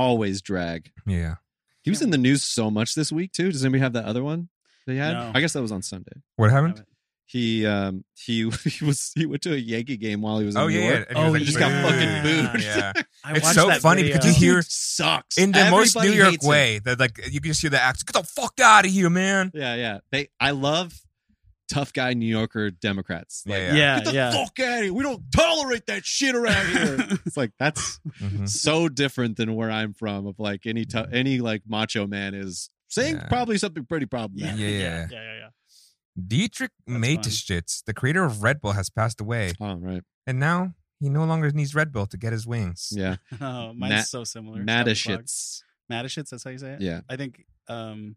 Speaker 1: Always drag.
Speaker 2: Yeah.
Speaker 1: He was in the news so much this week too. Does anybody have that other one they had?
Speaker 3: No.
Speaker 1: I guess that was on Sunday.
Speaker 2: What happened?
Speaker 1: He um he, *laughs* he was he went to a Yankee game while he was in
Speaker 2: Oh
Speaker 1: New
Speaker 2: yeah, yeah.
Speaker 1: York.
Speaker 2: And
Speaker 3: Oh,
Speaker 2: was
Speaker 3: he
Speaker 1: just got fucking
Speaker 2: "Boo."
Speaker 1: booed. *laughs*
Speaker 2: Yeah.
Speaker 3: I
Speaker 2: It's
Speaker 3: watched
Speaker 2: so
Speaker 3: that
Speaker 2: funny
Speaker 3: video. *laughs*
Speaker 2: because you hear
Speaker 1: sucks
Speaker 2: in the most New
Speaker 1: Everybody
Speaker 2: York
Speaker 1: hates him.
Speaker 2: way that like you can just hear the accent. Get the fuck out of here, man.
Speaker 1: Yeah, yeah. They I love tough guy New Yorker Democrats. Like,
Speaker 2: Yeah.
Speaker 3: yeah,
Speaker 1: Get the
Speaker 3: yeah.
Speaker 1: fuck out of here. We don't tolerate that shit around
Speaker 2: *laughs* Mm-hmm.
Speaker 1: here. *laughs* it's like that's
Speaker 2: Mhm.
Speaker 1: so different than where I'm from. Of like any tou- any like macho man is saying
Speaker 2: Yeah.
Speaker 1: probably something pretty problematic.
Speaker 2: Yeah,
Speaker 3: *laughs*
Speaker 2: yeah.
Speaker 3: yeah, yeah, yeah.
Speaker 2: *laughs* Dietrich
Speaker 3: That's
Speaker 2: Mateschitz, the creator of Red Bull, has passed away,
Speaker 1: Oh right.
Speaker 2: and now he no longer needs Red Bull to get his wings.
Speaker 1: Yeah.
Speaker 3: Oh, mine's
Speaker 1: Nat-
Speaker 3: so similar.
Speaker 1: Matashits.
Speaker 3: Matashitz, that's how you say it.
Speaker 1: Yeah.
Speaker 3: I think. Um,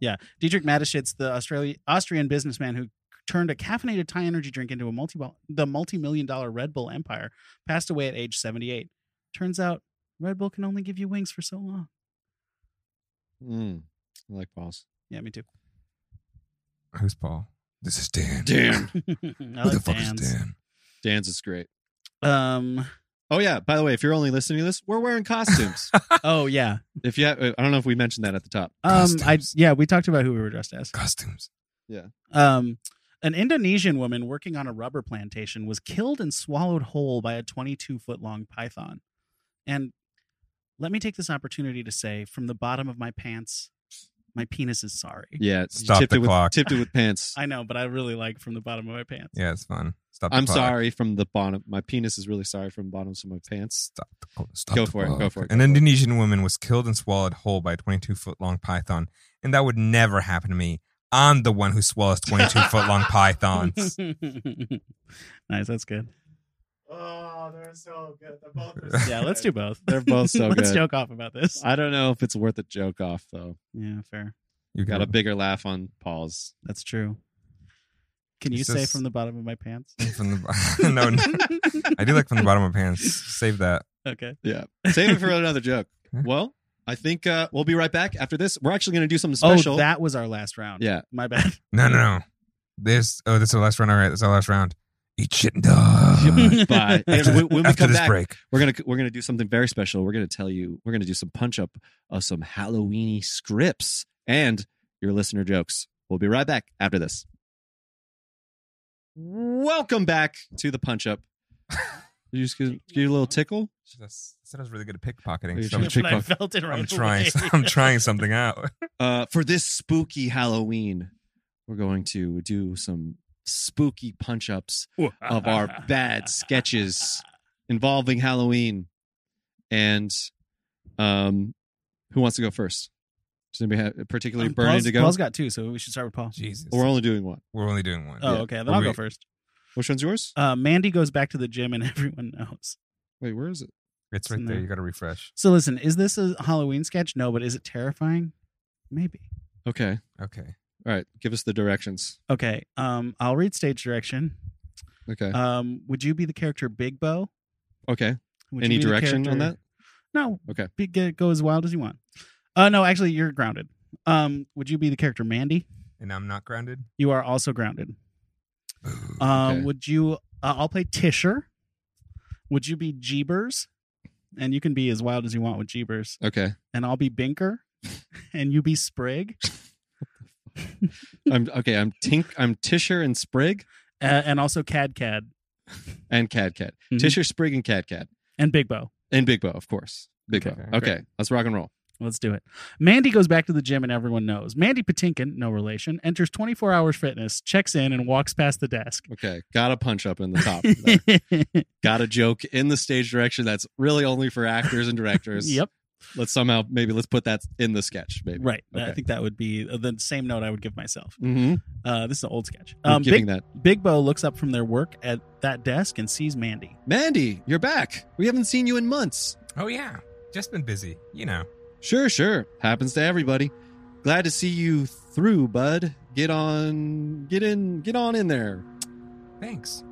Speaker 3: yeah, Dietrich Matashitz, the Australian Austrian businessman who turned a caffeinated Thai energy drink into a multi the multi million dollar Red Bull empire, passed away at age seventy eight. Turns out, Red Bull can only give you wings for so long.
Speaker 1: Mm. I like balls.
Speaker 3: Yeah, me too.
Speaker 2: Who's Paul? This is Dan. *laughs*
Speaker 1: Dan.
Speaker 3: *laughs* I
Speaker 2: Who the
Speaker 3: like
Speaker 2: fuck
Speaker 3: Dan's.
Speaker 2: is Dan?
Speaker 1: Dan's is great.
Speaker 3: Um.
Speaker 1: Oh yeah. By the way, if you're only listening to this, we're wearing
Speaker 2: *laughs*
Speaker 1: costumes.
Speaker 3: Oh yeah.
Speaker 1: if you, have, I don't know if we mentioned that at the top.
Speaker 3: Um. I
Speaker 2: Costumes.
Speaker 3: yeah. We talked about who we were dressed as.
Speaker 2: Costumes.
Speaker 3: Um, an Indonesian woman working on a rubber plantation was killed and swallowed whole by a 22 foot long python. And let me take this opportunity to say from the bottom of my pants, my penis is sorry.
Speaker 1: Yeah. it's
Speaker 2: Stop
Speaker 1: tipped
Speaker 2: the
Speaker 1: it with,
Speaker 2: clock.
Speaker 1: Tipped it
Speaker 2: *laughs*
Speaker 1: with pants.
Speaker 3: I know, but I really like from the bottom of my pants.
Speaker 2: Yeah, it's fun. Stop. the
Speaker 1: I'm
Speaker 2: clock.
Speaker 1: sorry from the bottom. My penis is really sorry from the bottoms of my pants.
Speaker 2: Stop the clock. Stop
Speaker 1: Go
Speaker 2: the
Speaker 1: for it, go
Speaker 2: clock.
Speaker 1: for it, go
Speaker 2: An
Speaker 1: for it.
Speaker 2: Indonesian woman was killed and swallowed whole by a 22 foot long python, and that would never happen to me. I'm the one who swallows 22
Speaker 1: *laughs*
Speaker 2: foot long
Speaker 3: *laughs*
Speaker 2: pythons.
Speaker 3: nice, that's good.
Speaker 4: Oh, they're so good. They're both
Speaker 2: *laughs*
Speaker 1: *laughs*
Speaker 3: Yeah, let's do both.
Speaker 1: They're both so
Speaker 3: *laughs* let's
Speaker 1: good.
Speaker 3: joke off about this.
Speaker 1: I don't know if it's worth a joke off though.
Speaker 3: Yeah, fair.
Speaker 2: You
Speaker 1: Got a
Speaker 2: got it.
Speaker 1: bigger laugh on Paul's.
Speaker 3: That's true. Can you
Speaker 2: It's
Speaker 3: say
Speaker 2: just-
Speaker 3: from the bottom of my *laughs* pants?
Speaker 2: *laughs* From the no, no, I do like from the bottom of my pants. Save that.
Speaker 3: *laughs* Okay.
Speaker 1: Yeah. *laughs* Save
Speaker 2: *laughs*
Speaker 1: it for another joke. Well, I think uh, we'll be right back after this. We're actually going to do something special.
Speaker 3: Oh, that was our last round.
Speaker 1: yeah.
Speaker 3: My *laughs* bad.
Speaker 2: No, no, no. This. Oh, this is the last round. All right, this is our last round. Eat shit
Speaker 1: *laughs*
Speaker 2: and die.
Speaker 1: Bye. And
Speaker 2: After
Speaker 1: when, when we
Speaker 2: After
Speaker 1: come
Speaker 2: this
Speaker 1: back, *laughs*
Speaker 2: break, *laughs*
Speaker 1: we're gonna we're gonna do something very special. We're gonna tell you. We're gonna do some punch up of some Halloweeny scripts and your listener jokes. We'll be right back after this. Welcome back to the punch up. Did you just give, give you a little tickle?
Speaker 2: That's- I said I was really good at pickpocketing.
Speaker 1: You
Speaker 2: So
Speaker 1: should
Speaker 2: I'm,
Speaker 1: have chick
Speaker 3: I
Speaker 1: fuck.
Speaker 3: felt it *laughs* right
Speaker 2: I'm trying.
Speaker 3: away.
Speaker 2: I'm trying
Speaker 3: *laughs*
Speaker 2: something out. *laughs*
Speaker 1: Uh, for this spooky Halloween, we're going to do some spooky punch ups *laughs* of our bad
Speaker 3: *laughs*
Speaker 1: sketches involving Halloween. And um, who wants to go first? Does anybody have particularly
Speaker 3: Um,
Speaker 1: burning
Speaker 3: Paul's,
Speaker 1: to go?
Speaker 3: Paul's got two, so we should start with Paul.
Speaker 2: Jesus.
Speaker 1: We're only doing one.
Speaker 2: We're only doing one.
Speaker 3: Oh,
Speaker 1: Yeah.
Speaker 3: okay. Then
Speaker 2: Well,
Speaker 3: I'll
Speaker 2: we-
Speaker 3: go first.
Speaker 1: Which one's yours?
Speaker 3: Uh, Mandy goes back to the gym, and *laughs* everyone knows.
Speaker 1: Wait, where is it?
Speaker 2: It's right
Speaker 3: No.
Speaker 2: there. You got to refresh.
Speaker 3: So listen, is this a Halloween sketch? No, but is it terrifying? Maybe.
Speaker 1: Okay.
Speaker 2: Okay.
Speaker 1: All right. Give us the directions.
Speaker 3: Okay. Um, I'll read stage direction.
Speaker 1: Okay.
Speaker 3: Um, would you be the character Big Bo?
Speaker 1: okay.
Speaker 3: Would you
Speaker 1: Any
Speaker 3: be the
Speaker 1: direction on
Speaker 3: character-
Speaker 1: that?
Speaker 3: No.
Speaker 1: Okay.
Speaker 3: Be, get, go as wild as you want. Uh, no, actually, you're grounded. Um, would you be the character Mandy?
Speaker 2: And I'm not grounded. *gasps*
Speaker 3: You are also grounded. Um,
Speaker 1: Okay.
Speaker 3: Would you? Uh, I'll play Tisher. Would you be Jeebers? And you can be as wild as you want with Jeebers.
Speaker 1: Okay.
Speaker 3: And I'll be Binker, *laughs* and you be Sprig,
Speaker 1: I'm okay. I'm Tink. I'm Tisher and Sprig
Speaker 3: uh, and also Cad Cad
Speaker 1: and Cad Cat.
Speaker 3: Mhm.
Speaker 1: Tisher, Sprig, and Cad Cat.
Speaker 3: and Big Bo.
Speaker 1: And Big Bo, of course. Big
Speaker 2: Okay,
Speaker 1: Bo. Okay, let's rock and roll.
Speaker 3: Let's do it. Mandy goes back to the gym, and everyone knows. Mandy Patinkin, no relation, enters 24 hours fitness, checks in, and walks past the desk.
Speaker 1: Okay, got a punch up in the top.
Speaker 3: *laughs*
Speaker 1: there. got a joke in the stage direction that's really only for actors and directors.
Speaker 3: *laughs* yep.
Speaker 1: Let's somehow maybe let's put that in the sketch. Maybe
Speaker 3: Right. I
Speaker 1: Okay.
Speaker 3: think that would be uh, the same note I would give myself.
Speaker 1: Mm-hmm.
Speaker 3: Uh, this is an old sketch.
Speaker 1: I'm
Speaker 3: Um,
Speaker 1: giving
Speaker 3: Big,
Speaker 1: that.
Speaker 3: Big Bo looks up from their work at that desk and sees Mandy.
Speaker 1: Mandy, you're back. We haven't seen you in months.
Speaker 2: Oh yeah. Just been busy. You know.
Speaker 1: Sure, sure. Happens to everybody. Glad to see you through, bud. Get on, get in, get on in there.
Speaker 2: Thanks.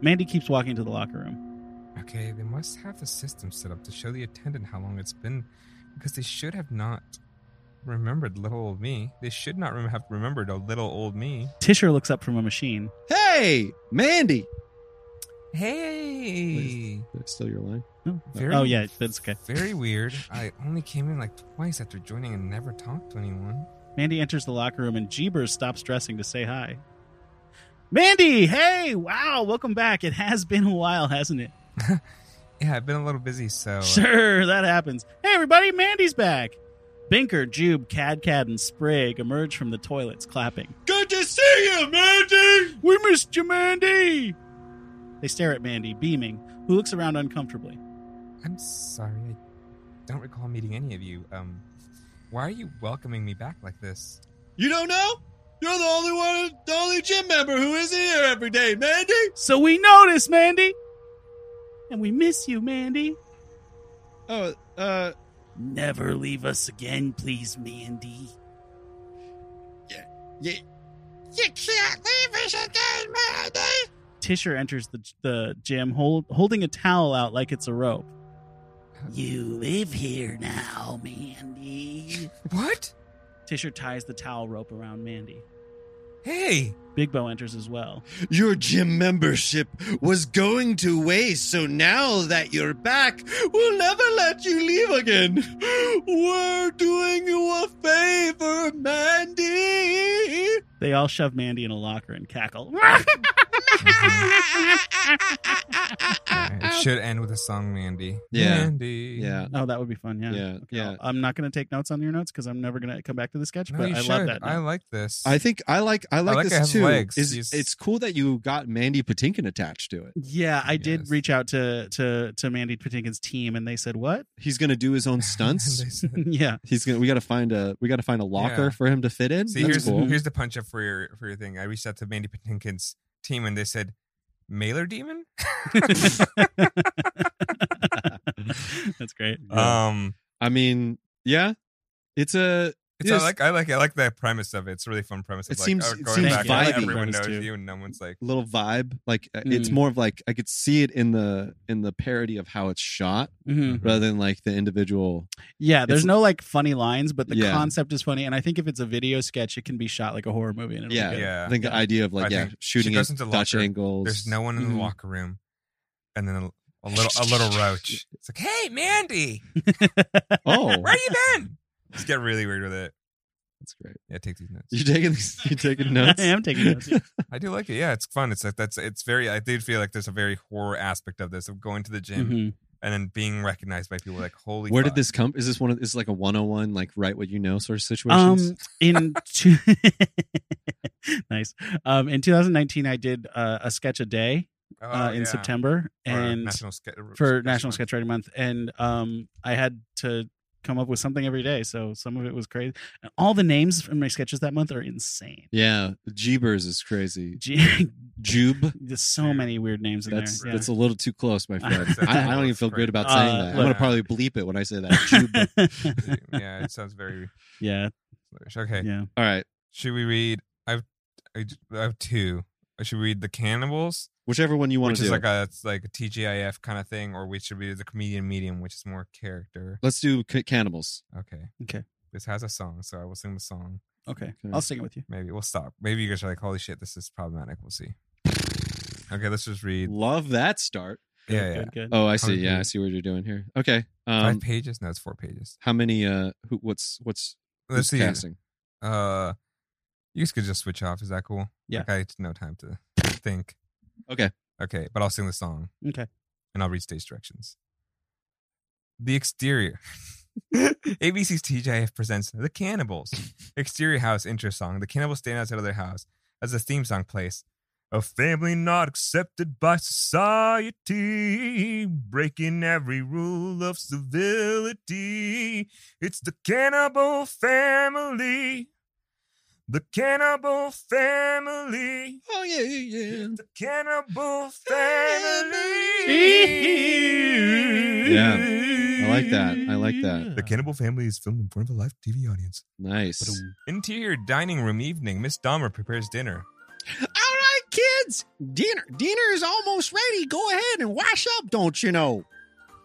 Speaker 3: Mandy keeps walking to the locker room.
Speaker 2: Okay, they must have the system set up to show the attendant how long it's been, because they should have not remembered little old me. They should not rem- have remembered a little old me.
Speaker 3: Tisher looks up from a machine.
Speaker 1: Hey, Mandy.
Speaker 2: Hey,
Speaker 1: That's still your line.
Speaker 2: Very-
Speaker 3: oh yeah, that's okay. *laughs*
Speaker 2: very weird. I only came in like twice after joining and never talked to anyone.
Speaker 3: Mandy enters the locker room and Jeebers stops dressing to say hi. Mandy, hey, wow, welcome back. It has been a while, hasn't it?
Speaker 2: Yeah, I've been a little busy,
Speaker 1: Oh,
Speaker 2: so uh,
Speaker 3: Sure, that happens. Hey, everybody, Mandy's back. Binker, Jube, Cad Cad, and Sprig emerge from the toilets, clapping.
Speaker 1: Good to see you, Mandy.
Speaker 3: We missed you, Mandy! They stare at Mandy, beaming, who looks around uncomfortably.
Speaker 2: I'm sorry. I don't recall meeting any of you. Um, why are you welcoming me back like this?
Speaker 1: You don't know? You're the only one, the only gym member who isn't here every day, Mandy.
Speaker 3: So we notice, Mandy! And we miss you, Mandy.
Speaker 1: Oh, uh,
Speaker 3: Never leave us again, please, Mandy.
Speaker 1: yeah. You can't leave us again, Mandy.
Speaker 3: Tisher enters the, the gym hold, holding a towel out like it's a rope. You live here now, Mandy.
Speaker 2: What?
Speaker 3: Tisher ties the towel rope around Mandy.
Speaker 2: Hey,
Speaker 3: Big Bo enters as well.
Speaker 1: Your gym membership was going to waste, so now that you're back, we'll never let you leave again. We're doing you a favor, Mandy.
Speaker 3: They all shove Mandy in a locker and cackle. *laughs*
Speaker 1: Uh,
Speaker 2: Alright, it should end with a song, Mandy.
Speaker 1: Yeah.
Speaker 2: Mandy.
Speaker 1: Yeah,
Speaker 3: oh, that would be fun. Yeah.
Speaker 1: yeah, yeah.
Speaker 3: I'm not going to take notes on your notes because I'm never going to come back to the sketch,
Speaker 2: No,
Speaker 3: but
Speaker 2: you
Speaker 3: I
Speaker 2: should.
Speaker 3: love that.
Speaker 2: I
Speaker 3: note.
Speaker 2: like this.
Speaker 1: I think I like I like,
Speaker 2: like it
Speaker 1: this
Speaker 2: has
Speaker 1: too.
Speaker 2: legs.
Speaker 1: Is-
Speaker 2: Yes.
Speaker 1: It's cool that you got Mandy Patinkin attached to it.
Speaker 3: yeah, I did
Speaker 2: Yes.
Speaker 3: reach out to to to Mandy Patinkin's team and they said,
Speaker 2: *laughs*
Speaker 3: "What?" *laughs*
Speaker 1: He's gonna do his own stunts.
Speaker 2: They
Speaker 1: *laughs*
Speaker 2: said-
Speaker 3: yeah. *laughs*
Speaker 1: He's gonna. We gotta find a. We gotta find a locker
Speaker 2: Yeah.
Speaker 1: for him to fit in.
Speaker 2: See,
Speaker 1: That's
Speaker 2: here's
Speaker 1: cool.
Speaker 2: here's the punch up for your for your thing. I reached out to Mandy Patinkin's team and they said, "Mailer Demon."
Speaker 3: That's great.
Speaker 1: Yeah.
Speaker 2: Um,
Speaker 1: Uh, I mean, yeah, it's a
Speaker 2: It's
Speaker 1: Yes.
Speaker 2: I like I like I like that premise of it. It's a really fun premise. Of
Speaker 1: It
Speaker 2: like,
Speaker 1: seems-
Speaker 2: oh,
Speaker 1: it
Speaker 2: going
Speaker 1: seems
Speaker 2: back, and
Speaker 1: vibey.
Speaker 2: Everyone
Speaker 3: premise,
Speaker 2: knows
Speaker 3: too.
Speaker 2: you, and no one's like.
Speaker 1: little vibe like uh, it's
Speaker 3: Mm.
Speaker 1: more of like i could see it in the in the parody of how it's shot
Speaker 3: Mhm.
Speaker 1: rather than like the individual
Speaker 3: Yeah, there's
Speaker 1: It's-
Speaker 3: no like funny lines, but the
Speaker 1: Yeah.
Speaker 3: concept is funny. And I think if it's a video sketch, it can be shot like a horror movie. And it'll
Speaker 1: Yeah.
Speaker 3: be good.
Speaker 2: Yeah.
Speaker 1: i think the idea of like
Speaker 2: I
Speaker 1: yeah
Speaker 2: think she
Speaker 1: shooting
Speaker 2: goes
Speaker 1: at
Speaker 2: into the
Speaker 1: dutch
Speaker 2: locker.
Speaker 1: angles
Speaker 2: There's no one in the
Speaker 3: Mhm.
Speaker 2: locker room, and then a, a little a little roach. It's like, hey, Mandy,
Speaker 1: *laughs*
Speaker 2: *laughs*
Speaker 1: oh
Speaker 2: where you
Speaker 3: *laughs*
Speaker 2: been? Just get really weird with it.
Speaker 1: that's great
Speaker 2: Yeah, take these notes.
Speaker 1: you taking *laughs* these you *laughs*
Speaker 2: *laughs*
Speaker 1: taking notes
Speaker 3: *laughs* I am taking notes. yeah.
Speaker 2: I do like it. Yeah, it's fun. It's like that's it's very. I do feel like there's a very horror aspect of this of going to the gym
Speaker 3: Mhm.
Speaker 2: and then being recognized by people. Like, holy,
Speaker 1: where
Speaker 2: fuck.
Speaker 1: did this come is this one of is this like a 101 like write what you know sort of situations
Speaker 3: Um,
Speaker 2: *laughs*
Speaker 3: in two- *laughs* nice. Um, in 2019, I did uh, a sketch a day
Speaker 2: Oh,
Speaker 3: uh, in
Speaker 2: yeah.
Speaker 3: September,
Speaker 2: For
Speaker 3: and
Speaker 2: national Ske- uh,
Speaker 3: for
Speaker 2: Sketch
Speaker 3: National
Speaker 2: Month.
Speaker 3: Sketch Writing Month, and um, I had to come up with something every day. So some of it was crazy. And all the names from my sketches that month are insane.
Speaker 1: yeah jeebers is crazy
Speaker 3: Gee,
Speaker 1: jube
Speaker 3: *laughs* There's so many weird names in
Speaker 1: that's
Speaker 3: there. *laughs*
Speaker 1: that's a little too close
Speaker 2: *laughs*
Speaker 1: my friend
Speaker 2: that's
Speaker 1: I, I don't even
Speaker 2: close,
Speaker 1: feel
Speaker 2: right.
Speaker 1: good about
Speaker 3: Uh,
Speaker 1: saying that i'm gonna
Speaker 2: look.
Speaker 1: probably bleep it when i say that
Speaker 2: *laughs*
Speaker 1: jube
Speaker 3: yeah.
Speaker 2: yeah, it sounds very.
Speaker 3: *laughs* yeah,
Speaker 2: slurrish. *laughs* Okay,
Speaker 3: yeah.
Speaker 1: all right
Speaker 2: should we read? I've I, j- I have two. I should read the cannibals,
Speaker 1: whichever one you want
Speaker 2: which
Speaker 1: to
Speaker 2: is
Speaker 1: do
Speaker 2: like a it's like a TGIF kind of thing, or we should read the comedian medium, which is more character.
Speaker 1: let's do c- cannibals
Speaker 2: Okay.
Speaker 3: Okay.
Speaker 2: This has a song, so I will sing the song.
Speaker 3: Okay,
Speaker 1: Okay.
Speaker 3: I'll sing it with you.
Speaker 2: Maybe we'll stop. Maybe you guys are like, holy shit, this is problematic. We'll see. Okay, let's just read.
Speaker 1: love that start
Speaker 2: Yeah, yeah.
Speaker 3: Good, good.
Speaker 1: oh i see yeah i
Speaker 2: Hundred.
Speaker 1: see what you're doing here okay
Speaker 2: Five
Speaker 1: um
Speaker 2: pages? No, it's four pages.
Speaker 1: how many uh who what's what's who's
Speaker 2: Let's see.
Speaker 1: casting
Speaker 2: Uh, you guys could just switch off. Is that cool?
Speaker 3: Yeah.
Speaker 2: Like, I had no time to think.
Speaker 1: Okay.
Speaker 2: Okay, but I'll sing the song.
Speaker 3: Okay.
Speaker 2: And I'll read stage directions. The exterior. *laughs* ABC's TJF presents The Cannibals. exterior house intro song. The cannibals stand outside of their house as the theme song plays. A family not accepted by society, breaking every rule of civility. It's the cannibal family. The cannibal family.
Speaker 1: oh yeah yeah
Speaker 2: The cannibal family.
Speaker 1: family. *laughs* Yeah, I like that. I like that.
Speaker 2: The cannibal family is filmed in front of a live TV audience.
Speaker 1: nice
Speaker 2: Interior dining room evening. Miss Dahmer prepares dinner.
Speaker 1: All right, kids. Dinner dinner is almost ready. Go ahead and wash up, don't you know?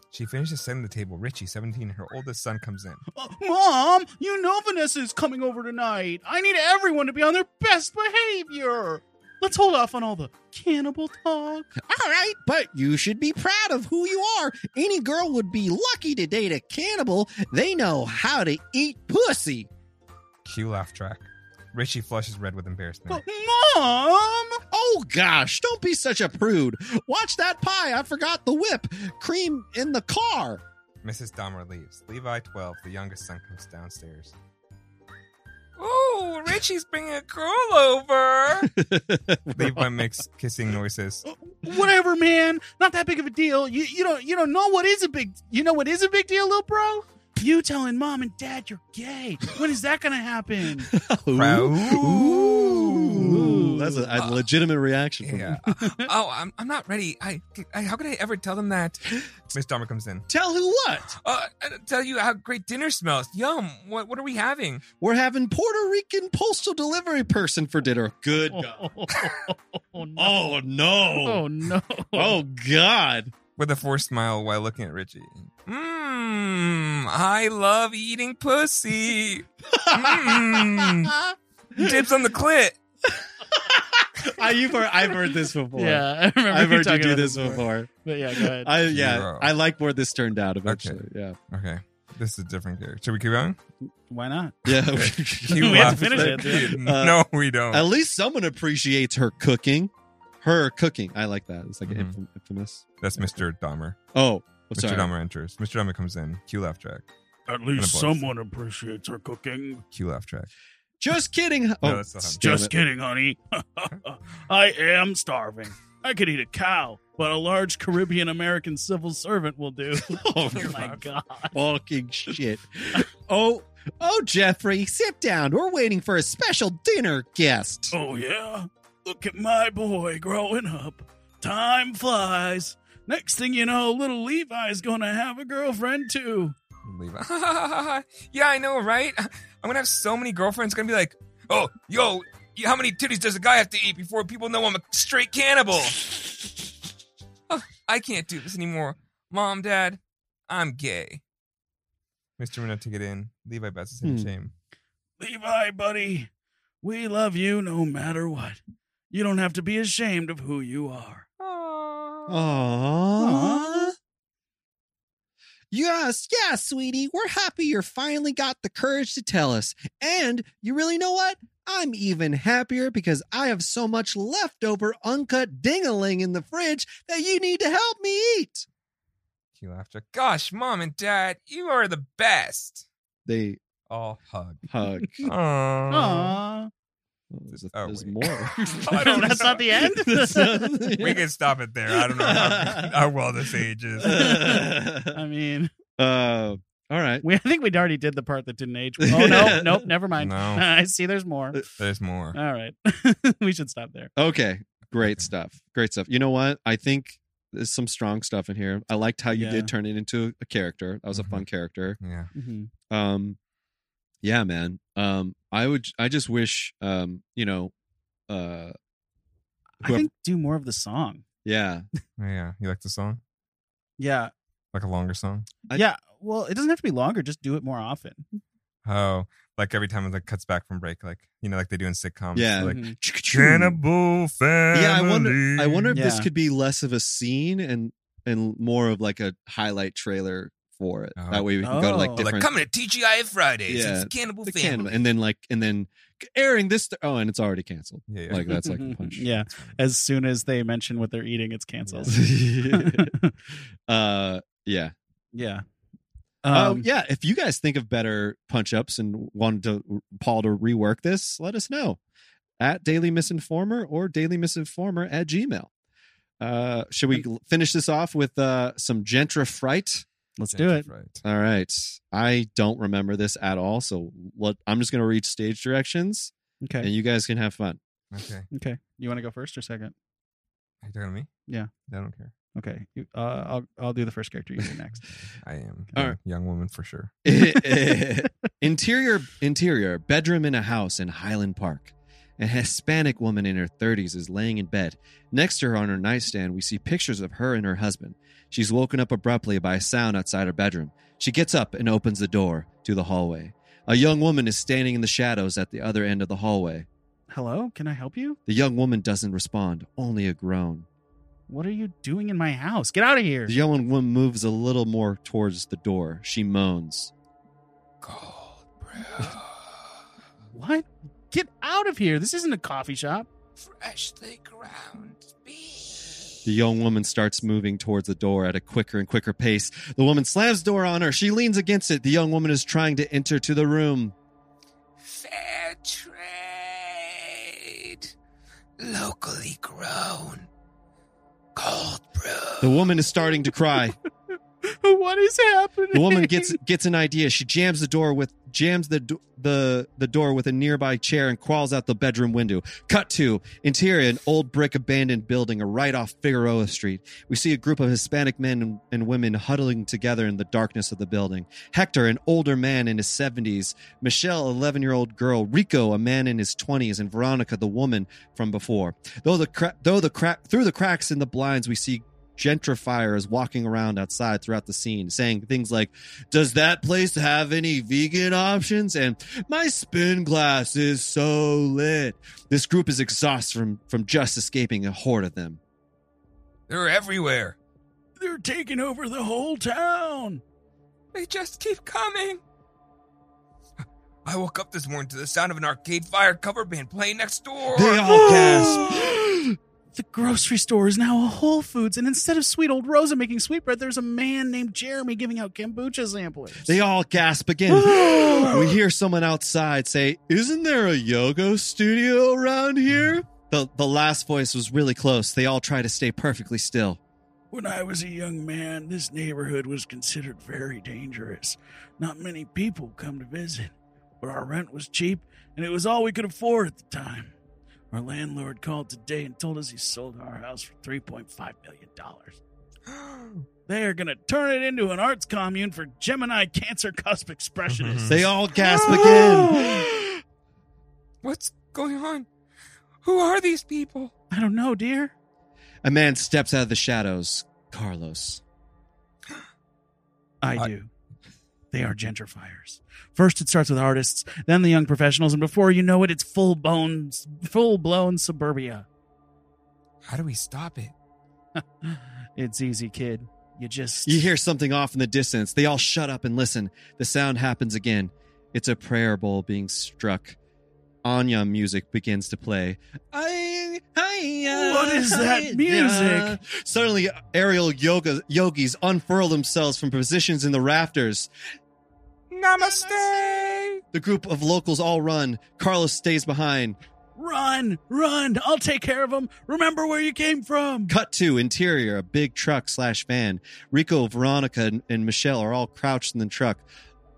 Speaker 2: She finishes setting the table. Richie, 17, her oldest son, comes in.
Speaker 3: Uh, Mom, you know Vanessa is coming over tonight. I need everyone to be on their best behavior. Let's hold off on all the cannibal talk.
Speaker 1: All right, but you should be proud of who you are. Any girl would be lucky to date a cannibal. They know how to eat pussy.
Speaker 2: Cue laugh track. Richie flushes red with embarrassment.
Speaker 3: But Mom,
Speaker 1: Oh gosh, don't be such a prude. Watch that pie. I forgot the whip. Cream in the car.
Speaker 2: Mrs. Dahmer leaves. Levi, 12, the youngest son, comes downstairs. Ooh, Richie's bringing a girl over. *laughs* Levi makes kissing noises.
Speaker 3: whatever, man. Not that big of a deal. You you don't you don't know what is a big you know what is a big deal, little bro. You telling mom and dad you're gay. When is that
Speaker 1: *laughs*
Speaker 3: gonna happen?
Speaker 2: Proud.
Speaker 1: Ooh, that's a, a legitimate reaction from
Speaker 2: Yeah. oh, I'm, I'm not ready. I, I how could I ever tell them that? *gasps* Miss Dahmer comes in.
Speaker 1: Tell who what?
Speaker 2: Uh, I tell you how great dinner smells. Yum. What what are we having?
Speaker 1: We're having Puerto Rican postal delivery person for dinner. Good God.
Speaker 3: *laughs* oh no.
Speaker 1: Oh no.
Speaker 3: no.
Speaker 1: Oh God.
Speaker 2: With a forced smile while looking at Richie. Mmm. I love eating *laughs* pussy. Mmm. Dibs on the clit.
Speaker 1: I, you've heard, I've heard this before.
Speaker 3: Yeah, I remember
Speaker 1: I've heard you
Speaker 3: talking
Speaker 1: do
Speaker 3: about
Speaker 1: this before.
Speaker 3: But yeah, go ahead.
Speaker 1: I yeah,
Speaker 2: Zero.
Speaker 1: I like where this turned out eventually. Yeah.
Speaker 2: Okay. This is a different character. Should we keep *laughs* going?
Speaker 3: Why not?
Speaker 2: *laughs*
Speaker 1: Yeah. *laughs*
Speaker 2: Keep
Speaker 3: We have to
Speaker 2: laughing.
Speaker 3: finish it,
Speaker 2: Dude,
Speaker 1: Uh,
Speaker 2: *laughs* no, we don't.
Speaker 1: At least someone appreciates her cooking. Her cooking. I like that. It's like
Speaker 2: Mhm.
Speaker 1: infam- infamous.
Speaker 2: That's Mr. Dahmer.
Speaker 1: Oh,
Speaker 2: Mr.
Speaker 1: sorry.
Speaker 2: Dahmer enters. Mr. Dahmer comes in. Cue laugh track.
Speaker 5: At
Speaker 2: Kinda
Speaker 5: least
Speaker 2: boys.
Speaker 5: someone appreciates her cooking.
Speaker 2: Cue laugh track.
Speaker 1: Just kidding. Oh,
Speaker 2: that's not how-
Speaker 1: damn
Speaker 5: Just
Speaker 1: it.
Speaker 5: kidding, honey. *laughs* I am starving. I could eat a cow, but a large Caribbean American civil servant will do.
Speaker 1: *laughs*
Speaker 5: *laughs*
Speaker 1: Oh,
Speaker 5: oh my
Speaker 1: God.
Speaker 5: god.
Speaker 1: fucking shit. Oh, oh, Jeffrey, sit down. We're waiting for a special dinner guest.
Speaker 5: Oh yeah. Look at my boy growing up. Time flies. Next thing you know, little Levi's gonna have a girlfriend too.
Speaker 2: leave. *laughs* yeah, I know, right? I'm gonna have so many girlfriends gonna be like, oh, yo, how many titties does a guy have to eat before people know I'm a straight cannibal? *laughs* Oh, I can't do this anymore. Mom, Dad, I'm gay. Mr. Renner took it in. Levi Betts is in
Speaker 1: Hmm.
Speaker 2: shame.
Speaker 5: Levi, buddy, we love you no matter what. You don't have to be ashamed of who you are.
Speaker 1: Aww. Yes, yeah, sweetie. We're happy you finally got the courage to tell us. And you really know what? I'm even happier because I have so much leftover uncut dingaling in the fridge that you need to help me eat.
Speaker 2: He laughed. Gosh, Mom and Dad, you are the best.
Speaker 1: They
Speaker 2: All hug.
Speaker 1: *laughs* hug.
Speaker 2: Aww.
Speaker 3: Aw.
Speaker 1: There's,
Speaker 2: *laughs* Oh, there's wait.
Speaker 1: more.
Speaker 2: I don't
Speaker 3: *laughs* That's
Speaker 2: know.
Speaker 3: not the end.
Speaker 5: *laughs*
Speaker 2: We can stop it there. I don't know how, how well this ages.
Speaker 1: *laughs*
Speaker 3: I mean,
Speaker 1: uh, all right.
Speaker 3: we I think we already did the part that didn't age.
Speaker 1: *laughs*
Speaker 3: Oh no, nope, never mind. *laughs*
Speaker 2: No.
Speaker 3: I see. There's
Speaker 1: Uh,
Speaker 3: more.
Speaker 2: There's more.
Speaker 3: All right, *laughs* we should stop there.
Speaker 1: Okay. Great stuff. Great stuff. You know what? I think there's some strong stuff in here. I liked how you
Speaker 3: Yeah.
Speaker 1: did turn it into a character. That was
Speaker 2: Mhm.
Speaker 1: a fun character.
Speaker 2: Yeah.
Speaker 3: Mhm.
Speaker 1: Um yeah, man. Um I would I just wish um, you know, uh
Speaker 3: I
Speaker 1: Whoever-
Speaker 3: think do more of the song.
Speaker 1: yeah.
Speaker 2: Yeah. You like the song?
Speaker 3: Yeah,
Speaker 2: Like a longer song?
Speaker 1: I-
Speaker 3: yeah. Well, it doesn't have to be longer. Just do it more often.
Speaker 2: Oh, like every time it like cuts back from break, like you know, like they do in sitcoms.
Speaker 1: Yeah. mm-hmm.
Speaker 2: Like
Speaker 3: Mhm.
Speaker 2: cannibal family.
Speaker 1: Yeah, I wonder I wonder if this
Speaker 3: Yeah.
Speaker 1: could be less of a scene and and more of like a highlight trailer for it.
Speaker 2: Oh.
Speaker 1: That way we can go to
Speaker 3: Oh.
Speaker 1: like
Speaker 3: Like,
Speaker 1: different
Speaker 2: to TGIF Fridays.
Speaker 1: Yeah.
Speaker 2: cannibal
Speaker 1: the cannibal- and then like and then airing this oh and it's already canceled.
Speaker 2: Yeah, yeah.
Speaker 1: Like that's like
Speaker 3: *laughs*
Speaker 1: the punch.
Speaker 3: Yeah. As soon as they mention what they're eating, it's canceled.
Speaker 1: *laughs* uh yeah
Speaker 3: *laughs* Yeah.
Speaker 1: um,
Speaker 3: Um,
Speaker 1: yeah if you guys think of better punch ups and wanted to paul to rework this let us know at daily misinformer or daily misinformer at gmail uh should we l- finish this off with uh some gentra fright
Speaker 3: Let's do it.
Speaker 2: Right.
Speaker 1: all right i don't remember this at all so let, i'm just gonna read stage directions and
Speaker 3: Okay.
Speaker 1: you guys can have fun *laughs*
Speaker 2: Okay.
Speaker 3: Okay. You want to go first or second?
Speaker 2: Are you talking to me?
Speaker 3: Yeah.
Speaker 2: I don't care.
Speaker 3: Okay. You- Uh, I'll I'll do the first character. You do
Speaker 1: *laughs*
Speaker 3: next. *laughs*
Speaker 2: I am
Speaker 1: All
Speaker 2: a
Speaker 1: right.
Speaker 2: young woman for sure.
Speaker 1: interior interior bedroom in a house in Highland Park. A Hispanic woman in her 30s is laying in bed. Next to her on her nightstand, we see pictures of her and her husband. She's woken up abruptly by a sound outside her bedroom. She gets up and opens the door to the hallway. A young woman is standing in the shadows at the other end of the hallway.
Speaker 3: Hello. Can I help you?
Speaker 1: The young woman doesn't respond, only a groan.
Speaker 3: What are you doing in my house? Get out of here.
Speaker 1: The young woman moves a little more towards the door. She moans.
Speaker 2: Cold
Speaker 1: *laughs*
Speaker 2: brew,
Speaker 3: What? Get out of here. This isn't a coffee shop. *laughs*
Speaker 2: freshly ground beef.
Speaker 1: The young woman starts moving towards the door at a quicker and quicker pace. The woman slams the door on her. She leans against it. The young woman is trying to enter to the room.
Speaker 2: Fair trade, locally grown, cold brew.
Speaker 1: The woman is starting to cry.
Speaker 3: what is happening?
Speaker 1: The woman
Speaker 3: *laughs*
Speaker 1: gets gets an idea. She jams the door with jams the do- the the door with a nearby chair and crawls out the bedroom window. Cut to interior, an old brick abandoned building, right off Figueroa Street. We see a group of Hispanic men and- and women huddling together in the darkness of the building. Hector, an older man in his seventies, Michelle, eleven year old girl, Rico, a man in his twenties, and Veronica, the woman from before. Though the cra- though the crack through the cracks in the blinds, we see gentrifiers walking around outside throughout the scene saying things like does that place have any vegan options and my spin glass is so lit this group is exhausted from from just escaping a horde of them
Speaker 2: They're everywhere.
Speaker 5: They're taking over the whole town.
Speaker 2: They just keep coming. I woke up this morning to the sound of an arcade fire cover band playing next door.
Speaker 1: they all gasp
Speaker 3: *gasps* The grocery store is now a Whole Foods, and instead of sweet old Rosa making sweetbread, there's a man named Jeremy giving out kombucha samplers. *gasps*
Speaker 1: *gasps* they all gasp again we hear someone outside say isn't there a yoga studio around here the the last voice was really close they all try to stay perfectly still
Speaker 5: When I was a young man, this neighborhood was considered very dangerous. Not many people come to visit, but our rent was cheap and it was all we could afford at the time. Our landlord called today and told us he sold our house for $3.5 million. They are going to turn it into an arts commune for Gemini Cancer Cusp Expressionists.
Speaker 1: They all gasp again.
Speaker 2: *gasps* What's going on? Who are these people?
Speaker 5: *gasps* I don't know, dear.
Speaker 1: A man steps out of the shadows. Carlos.
Speaker 3: I
Speaker 2: I-
Speaker 3: do.
Speaker 5: They are gentrifiers. First, it starts with artists, then the young professionals, and before you know it, it's full bones, full blown suburbia.
Speaker 2: How do we stop it?
Speaker 5: It's easy, kid. You just
Speaker 1: You hear something off in the distance. They all shut up and listen. The sound happens again. It's a prayer bowl being struck. Anya music begins to play. I, hiya,
Speaker 5: What is that
Speaker 1: hiya.
Speaker 5: music?
Speaker 1: Suddenly, aerial yoga yogis unfurl themselves from positions in the rafters.
Speaker 2: Namaste!
Speaker 1: The group of locals all run. Carlos stays behind.
Speaker 5: run, run. I'll take care of them. Remember where you came from.
Speaker 1: Cut to interior, a big truck slash van. Rico, Veronica, and, and Michelle are all crouched in the truck,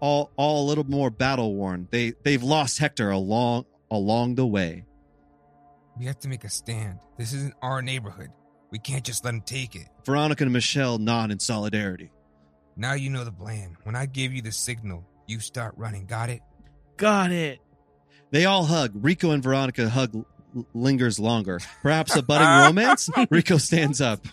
Speaker 1: all all a little more battle worn. They they've lost Hector along along the way.
Speaker 2: We have to make a stand. This isn't our neighborhood. We can't just let them take it.
Speaker 1: Veronica and Michelle nod in solidarity.
Speaker 2: Now you know the plan. When I give you the signal, you start running. Got it?
Speaker 5: Got it.
Speaker 1: They all hug. Rico and Veronica hug l- lingers longer. Perhaps a budding romance. Rico stands up.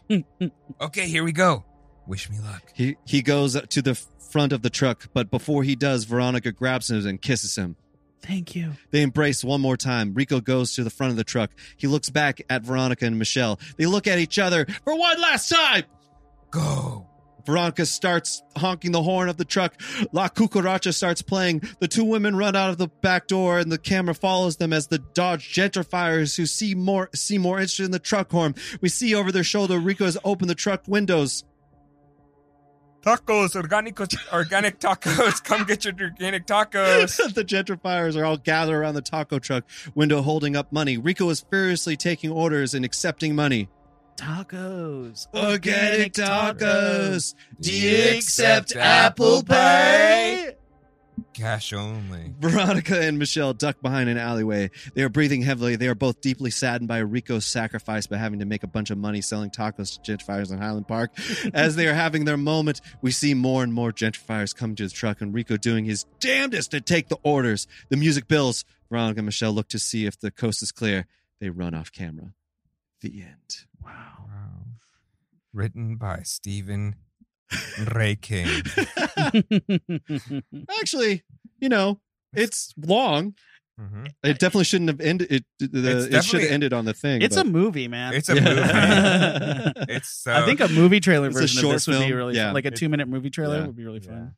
Speaker 2: Okay, here we go. Wish me luck.
Speaker 1: He he goes to the front of the truck, but before he does, Veronica grabs him and kisses him.
Speaker 5: Thank you.
Speaker 1: They embrace one more time. Rico goes to the front of the truck. He looks back at Veronica and Michelle. They look at each other for one last time.
Speaker 2: Go!
Speaker 1: Veronica starts honking the horn of the truck. La Cucaracha starts playing. The two women run out of the back door, and the camera follows them as the Dodge gentrifiers who see more see more interested in the truck horn. We see over their shoulder Rico has opened the truck windows. *laughs*
Speaker 2: Tacos, organic, organic tacos. Come get your organic tacos.
Speaker 1: the gentrifiers are all gathered around the taco truck window holding up money. Rico is furiously taking orders and accepting money.
Speaker 5: Tacos.
Speaker 1: Organic tacos.
Speaker 2: Do you accept apple pie? Cash only.
Speaker 1: Veronica and Michelle duck behind an alleyway. They are breathing heavily. They are both deeply saddened by Rico's sacrifice by having to make a bunch of money selling tacos to gentrifiers in Highland
Speaker 2: *laughs*
Speaker 1: Park. As they are having their moment, we see more and more gentrifiers come to the truck and Rico doing his damnedest to take the orders. The music bills. Veronica and Michelle look to see if the coast is clear. They run off camera. The
Speaker 2: *laughs*
Speaker 1: end.
Speaker 5: Wow.
Speaker 2: Wow. Written by Stephen Ray *laughs* King.
Speaker 1: Actually, you know, it's long.
Speaker 2: Mhm.
Speaker 1: It definitely shouldn't have ended. It, the, it should
Speaker 2: definitely-
Speaker 1: have ended on the thing.
Speaker 3: It's
Speaker 1: but-
Speaker 3: a movie, man.
Speaker 2: It's a movie.
Speaker 5: *laughs*
Speaker 2: It's so.
Speaker 3: I think a movie trailer
Speaker 1: It's a
Speaker 3: version of
Speaker 1: short
Speaker 3: this would be
Speaker 1: film.
Speaker 3: really
Speaker 1: Yeah.
Speaker 3: like a
Speaker 2: It-
Speaker 3: two minute movie trailer
Speaker 1: Yeah.
Speaker 3: would be really fun.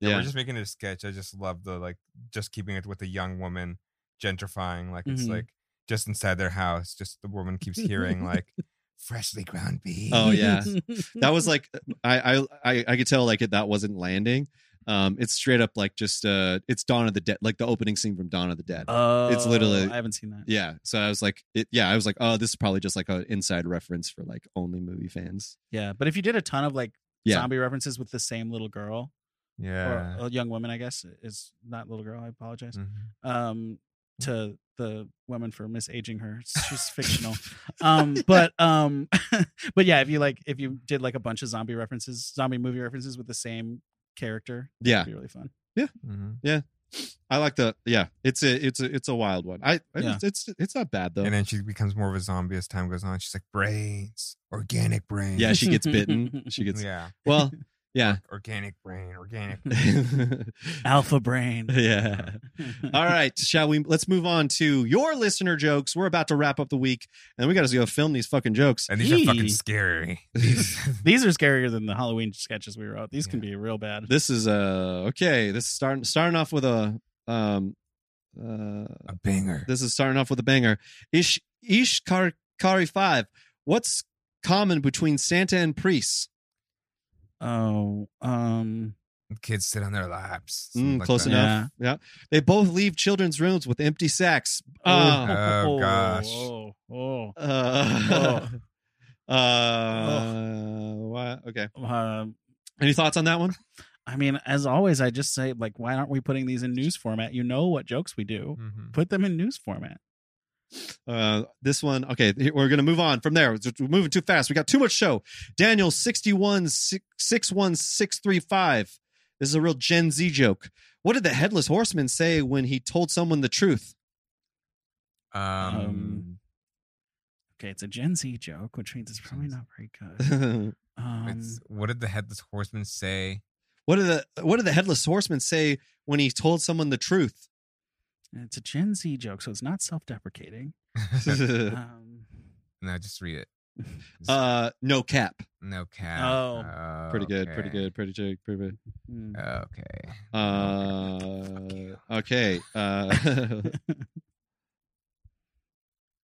Speaker 2: Yeah,
Speaker 1: yeah.
Speaker 2: We're just making it a sketch. I just love the like just keeping it with a young woman gentrifying. Like it's
Speaker 5: Mhm.
Speaker 1: Mm-hmm.
Speaker 2: like just inside their house, just the woman keeps
Speaker 1: *laughs*
Speaker 2: hearing like freshly ground beef.
Speaker 5: *laughs*
Speaker 1: Oh, yeah.
Speaker 3: Mm-hmm.
Speaker 1: that was like I, I I I could tell like it that wasn't landing. Um, it's straight up like just uh, it's Dawn of the Dead, like the opening scene from Dawn of the Dead.
Speaker 3: Oh,
Speaker 1: It's literally-
Speaker 3: I haven't seen that.
Speaker 1: yeah, so I was like, it, yeah, I was like, oh, this is probably just like an inside reference for like only movie fans.
Speaker 3: Yeah, but if you did a ton of like
Speaker 1: Yeah.
Speaker 3: zombie references with the same little girl
Speaker 2: Yeah.
Speaker 1: uh,
Speaker 3: or a young woman, I guess is not little girl. I apologize.
Speaker 2: Mhm.
Speaker 3: Um,
Speaker 2: Mm.
Speaker 3: to the woman for misaging her,
Speaker 2: *laughs*
Speaker 3: she's fictional. Um, but um, *laughs* but yeah, if you like, if you did like a bunch of zombie references, zombie movie references with the same character,
Speaker 1: *laughs* Yeah,
Speaker 3: it'd be really fun.
Speaker 2: Mhm.
Speaker 1: I like the yeah. It's a it's a it's a wild one. I it's, it's it's not bad though.
Speaker 2: And then she becomes more of a zombie as time goes on. She's like brains, organic brains.
Speaker 1: yeah,
Speaker 2: *laughs*
Speaker 1: she gets bitten. She
Speaker 3: *laughs*
Speaker 1: gets
Speaker 2: yeah,
Speaker 1: well. Yeah. *laughs*
Speaker 2: organic brain, organic.
Speaker 5: Alpha
Speaker 2: *laughs*
Speaker 5: brain.
Speaker 1: yeah. All right, shall we? Let's move on to your listener jokes. We're about to wrap up the week, and we got to go film these fucking
Speaker 2: *laughs*
Speaker 1: jokes.
Speaker 2: And these are
Speaker 3: Yee.
Speaker 2: fucking scary.
Speaker 3: *laughs*
Speaker 2: These-
Speaker 3: These are scarier than the Halloween sketches we wrote. These can be real
Speaker 1: *laughs*
Speaker 3: bad.
Speaker 1: This is uh okay. This is starting starting off with a um uh
Speaker 2: a banger.
Speaker 1: this is starting off with a banger. Ish Ish Kar, Kari five. What's common between Santa and priests?
Speaker 3: Oh, um,
Speaker 2: Kids sit on their laps.
Speaker 1: Mm,
Speaker 2: something like
Speaker 1: close
Speaker 2: that.
Speaker 1: enough. Yeah. They both leave children's rooms with empty sacks.
Speaker 2: Oh,
Speaker 1: Uh,
Speaker 2: gosh.
Speaker 3: oh, oh.
Speaker 1: uh, *laughs* uh,
Speaker 3: Oh.
Speaker 1: why- okay.
Speaker 3: Um,
Speaker 1: Any thoughts on that one?
Speaker 3: I mean, as always, I just say like, why aren't we putting these in news format? You know what jokes we do.
Speaker 2: Mhm.
Speaker 3: Put them in news format.
Speaker 1: Uh, this one, okay, here- we're gonna move on from there. We're moving too fast. We got too much show. Daniel sixty one six one six three five. This is a real Gen Z joke. What did the headless horseman say when he told someone the truth? *laughs*
Speaker 2: Um,
Speaker 3: Um, Okay, it's a Gen Z joke, which means it's probably not very
Speaker 2: *laughs*
Speaker 3: good.
Speaker 1: what
Speaker 3: Um,
Speaker 2: it's- what did the headless horseman say? *laughs*
Speaker 1: *laughs* did the What did the headless horseman say when he told someone the
Speaker 2: *laughs*
Speaker 1: truth? *laughs*
Speaker 3: it's a Gen Z joke, so it's not
Speaker 2: *laughs*
Speaker 3: self-deprecating. Um,
Speaker 2: no, just read it. Just-
Speaker 1: uh, no cap.
Speaker 2: no cap.
Speaker 3: oh,
Speaker 1: Pretty good. Pretty
Speaker 2: okay.
Speaker 1: good. Pretty good. Pretty
Speaker 2: *laughs*
Speaker 1: good.
Speaker 3: mm.
Speaker 2: Okay.
Speaker 1: Uh, okay.
Speaker 2: *laughs*
Speaker 1: Uh, *laughs*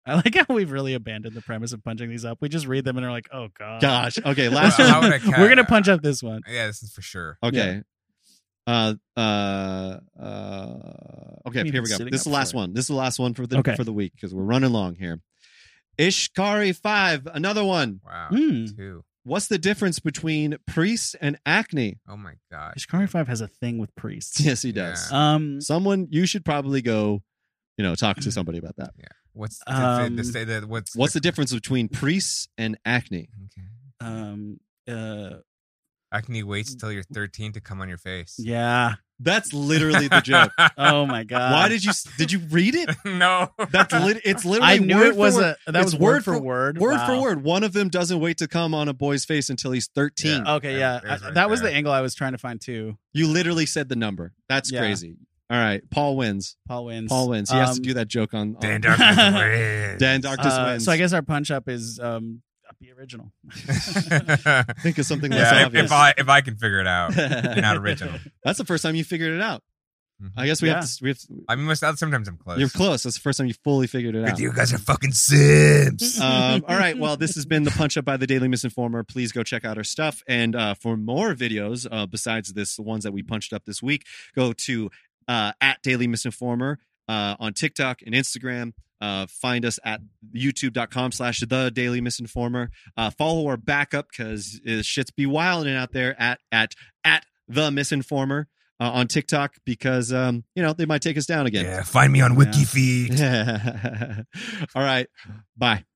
Speaker 3: I like how we've really abandoned the premise of punching these up. We just read them and are like, oh god,
Speaker 1: gosh. Okay.
Speaker 2: Well,
Speaker 1: Last
Speaker 2: Wow.
Speaker 1: one.
Speaker 2: how would I ca-
Speaker 3: *laughs* We're gonna punch up this one.
Speaker 2: Yeah, this is for sure.
Speaker 1: Okay. Uh, uh, uh, okay,
Speaker 3: We've
Speaker 1: here
Speaker 3: been
Speaker 1: we go.
Speaker 3: sitting
Speaker 1: This is the
Speaker 3: up
Speaker 1: last
Speaker 3: for it.
Speaker 1: one. This is the last one for the
Speaker 3: Okay.
Speaker 1: for the week because we're running long here. Ishkari five, another one.
Speaker 2: Wow.
Speaker 3: Mm.
Speaker 2: Two.
Speaker 1: What's the difference between priest and acne? *laughs*
Speaker 2: Oh my gosh.
Speaker 3: Ishkari Five has a thing with
Speaker 2: *laughs*
Speaker 3: priests.
Speaker 1: Yes, he does.
Speaker 3: Um,
Speaker 1: Someone you should probably go, you know, talk
Speaker 3: *laughs*
Speaker 1: to somebody about that.
Speaker 2: What's the, the- the
Speaker 3: Um,
Speaker 2: state that what's
Speaker 1: What's the difference between priests and acne?
Speaker 2: Okay.
Speaker 3: um, uh,
Speaker 2: Acne waits
Speaker 1: Mm.
Speaker 2: till you're 13 to come on your face.
Speaker 3: yeah.
Speaker 1: That's literally
Speaker 3: *laughs*
Speaker 1: the
Speaker 2: *laughs*
Speaker 1: joke.
Speaker 3: Oh my god.
Speaker 1: Why did you did you read it?
Speaker 2: no.
Speaker 3: *laughs*
Speaker 1: That's lit, it's literally
Speaker 3: I knew
Speaker 1: word
Speaker 3: it
Speaker 1: for
Speaker 3: was
Speaker 1: word.
Speaker 3: a that
Speaker 1: It's
Speaker 3: was word for word.
Speaker 1: Word for
Speaker 3: Wow.
Speaker 1: word, one of them doesn't wait to come on a boy's face until he's 13.
Speaker 2: Yeah.
Speaker 3: Okay, yeah,
Speaker 2: There's
Speaker 3: I-
Speaker 2: right
Speaker 3: that was
Speaker 2: there.
Speaker 3: the angle I was trying to find too.
Speaker 1: You literally said the number. That's
Speaker 3: Yeah.
Speaker 1: crazy. All right. Paul wins.
Speaker 3: Paul wins.
Speaker 1: Paul wins. He has to
Speaker 3: Um,
Speaker 1: do that joke on. on *laughs*
Speaker 2: *laughs* Dan Darkness wins.
Speaker 1: Dan
Speaker 2: *laughs*
Speaker 1: Darkness
Speaker 3: Uh,
Speaker 1: wins.
Speaker 3: so I guess our punch up is um, be original. *laughs*
Speaker 1: Think of something less
Speaker 2: yeah, if,
Speaker 1: obvious.
Speaker 2: if I if I can figure it
Speaker 1: *laughs*
Speaker 2: out, you're not original.
Speaker 1: That's the first time you figured it out.
Speaker 2: Mhm.
Speaker 1: I guess we
Speaker 3: Yeah.
Speaker 1: have to. We have to
Speaker 2: I mean, most- sometimes I'm close.
Speaker 1: you're close. That's the first time you fully figured it
Speaker 2: But
Speaker 1: out.
Speaker 2: you guys are fucking simps.
Speaker 1: um, all right. Well, this has been the punch up by the Daily Misinformer. Please go check out our stuff. And uh, for more videos uh, besides this, the ones that we punched up this week, go to uh, at Daily Misinformer uh, on TikTok and Instagram. Uh, find us at youtube.com slash the daily misinformer uh, follow our backup because shit's be wilding out there at at at the misinformer uh, on tiktok because um you know they might take us down again
Speaker 2: find me on
Speaker 3: Yeah.
Speaker 1: *laughs*
Speaker 2: WikiFeed.
Speaker 1: all right bye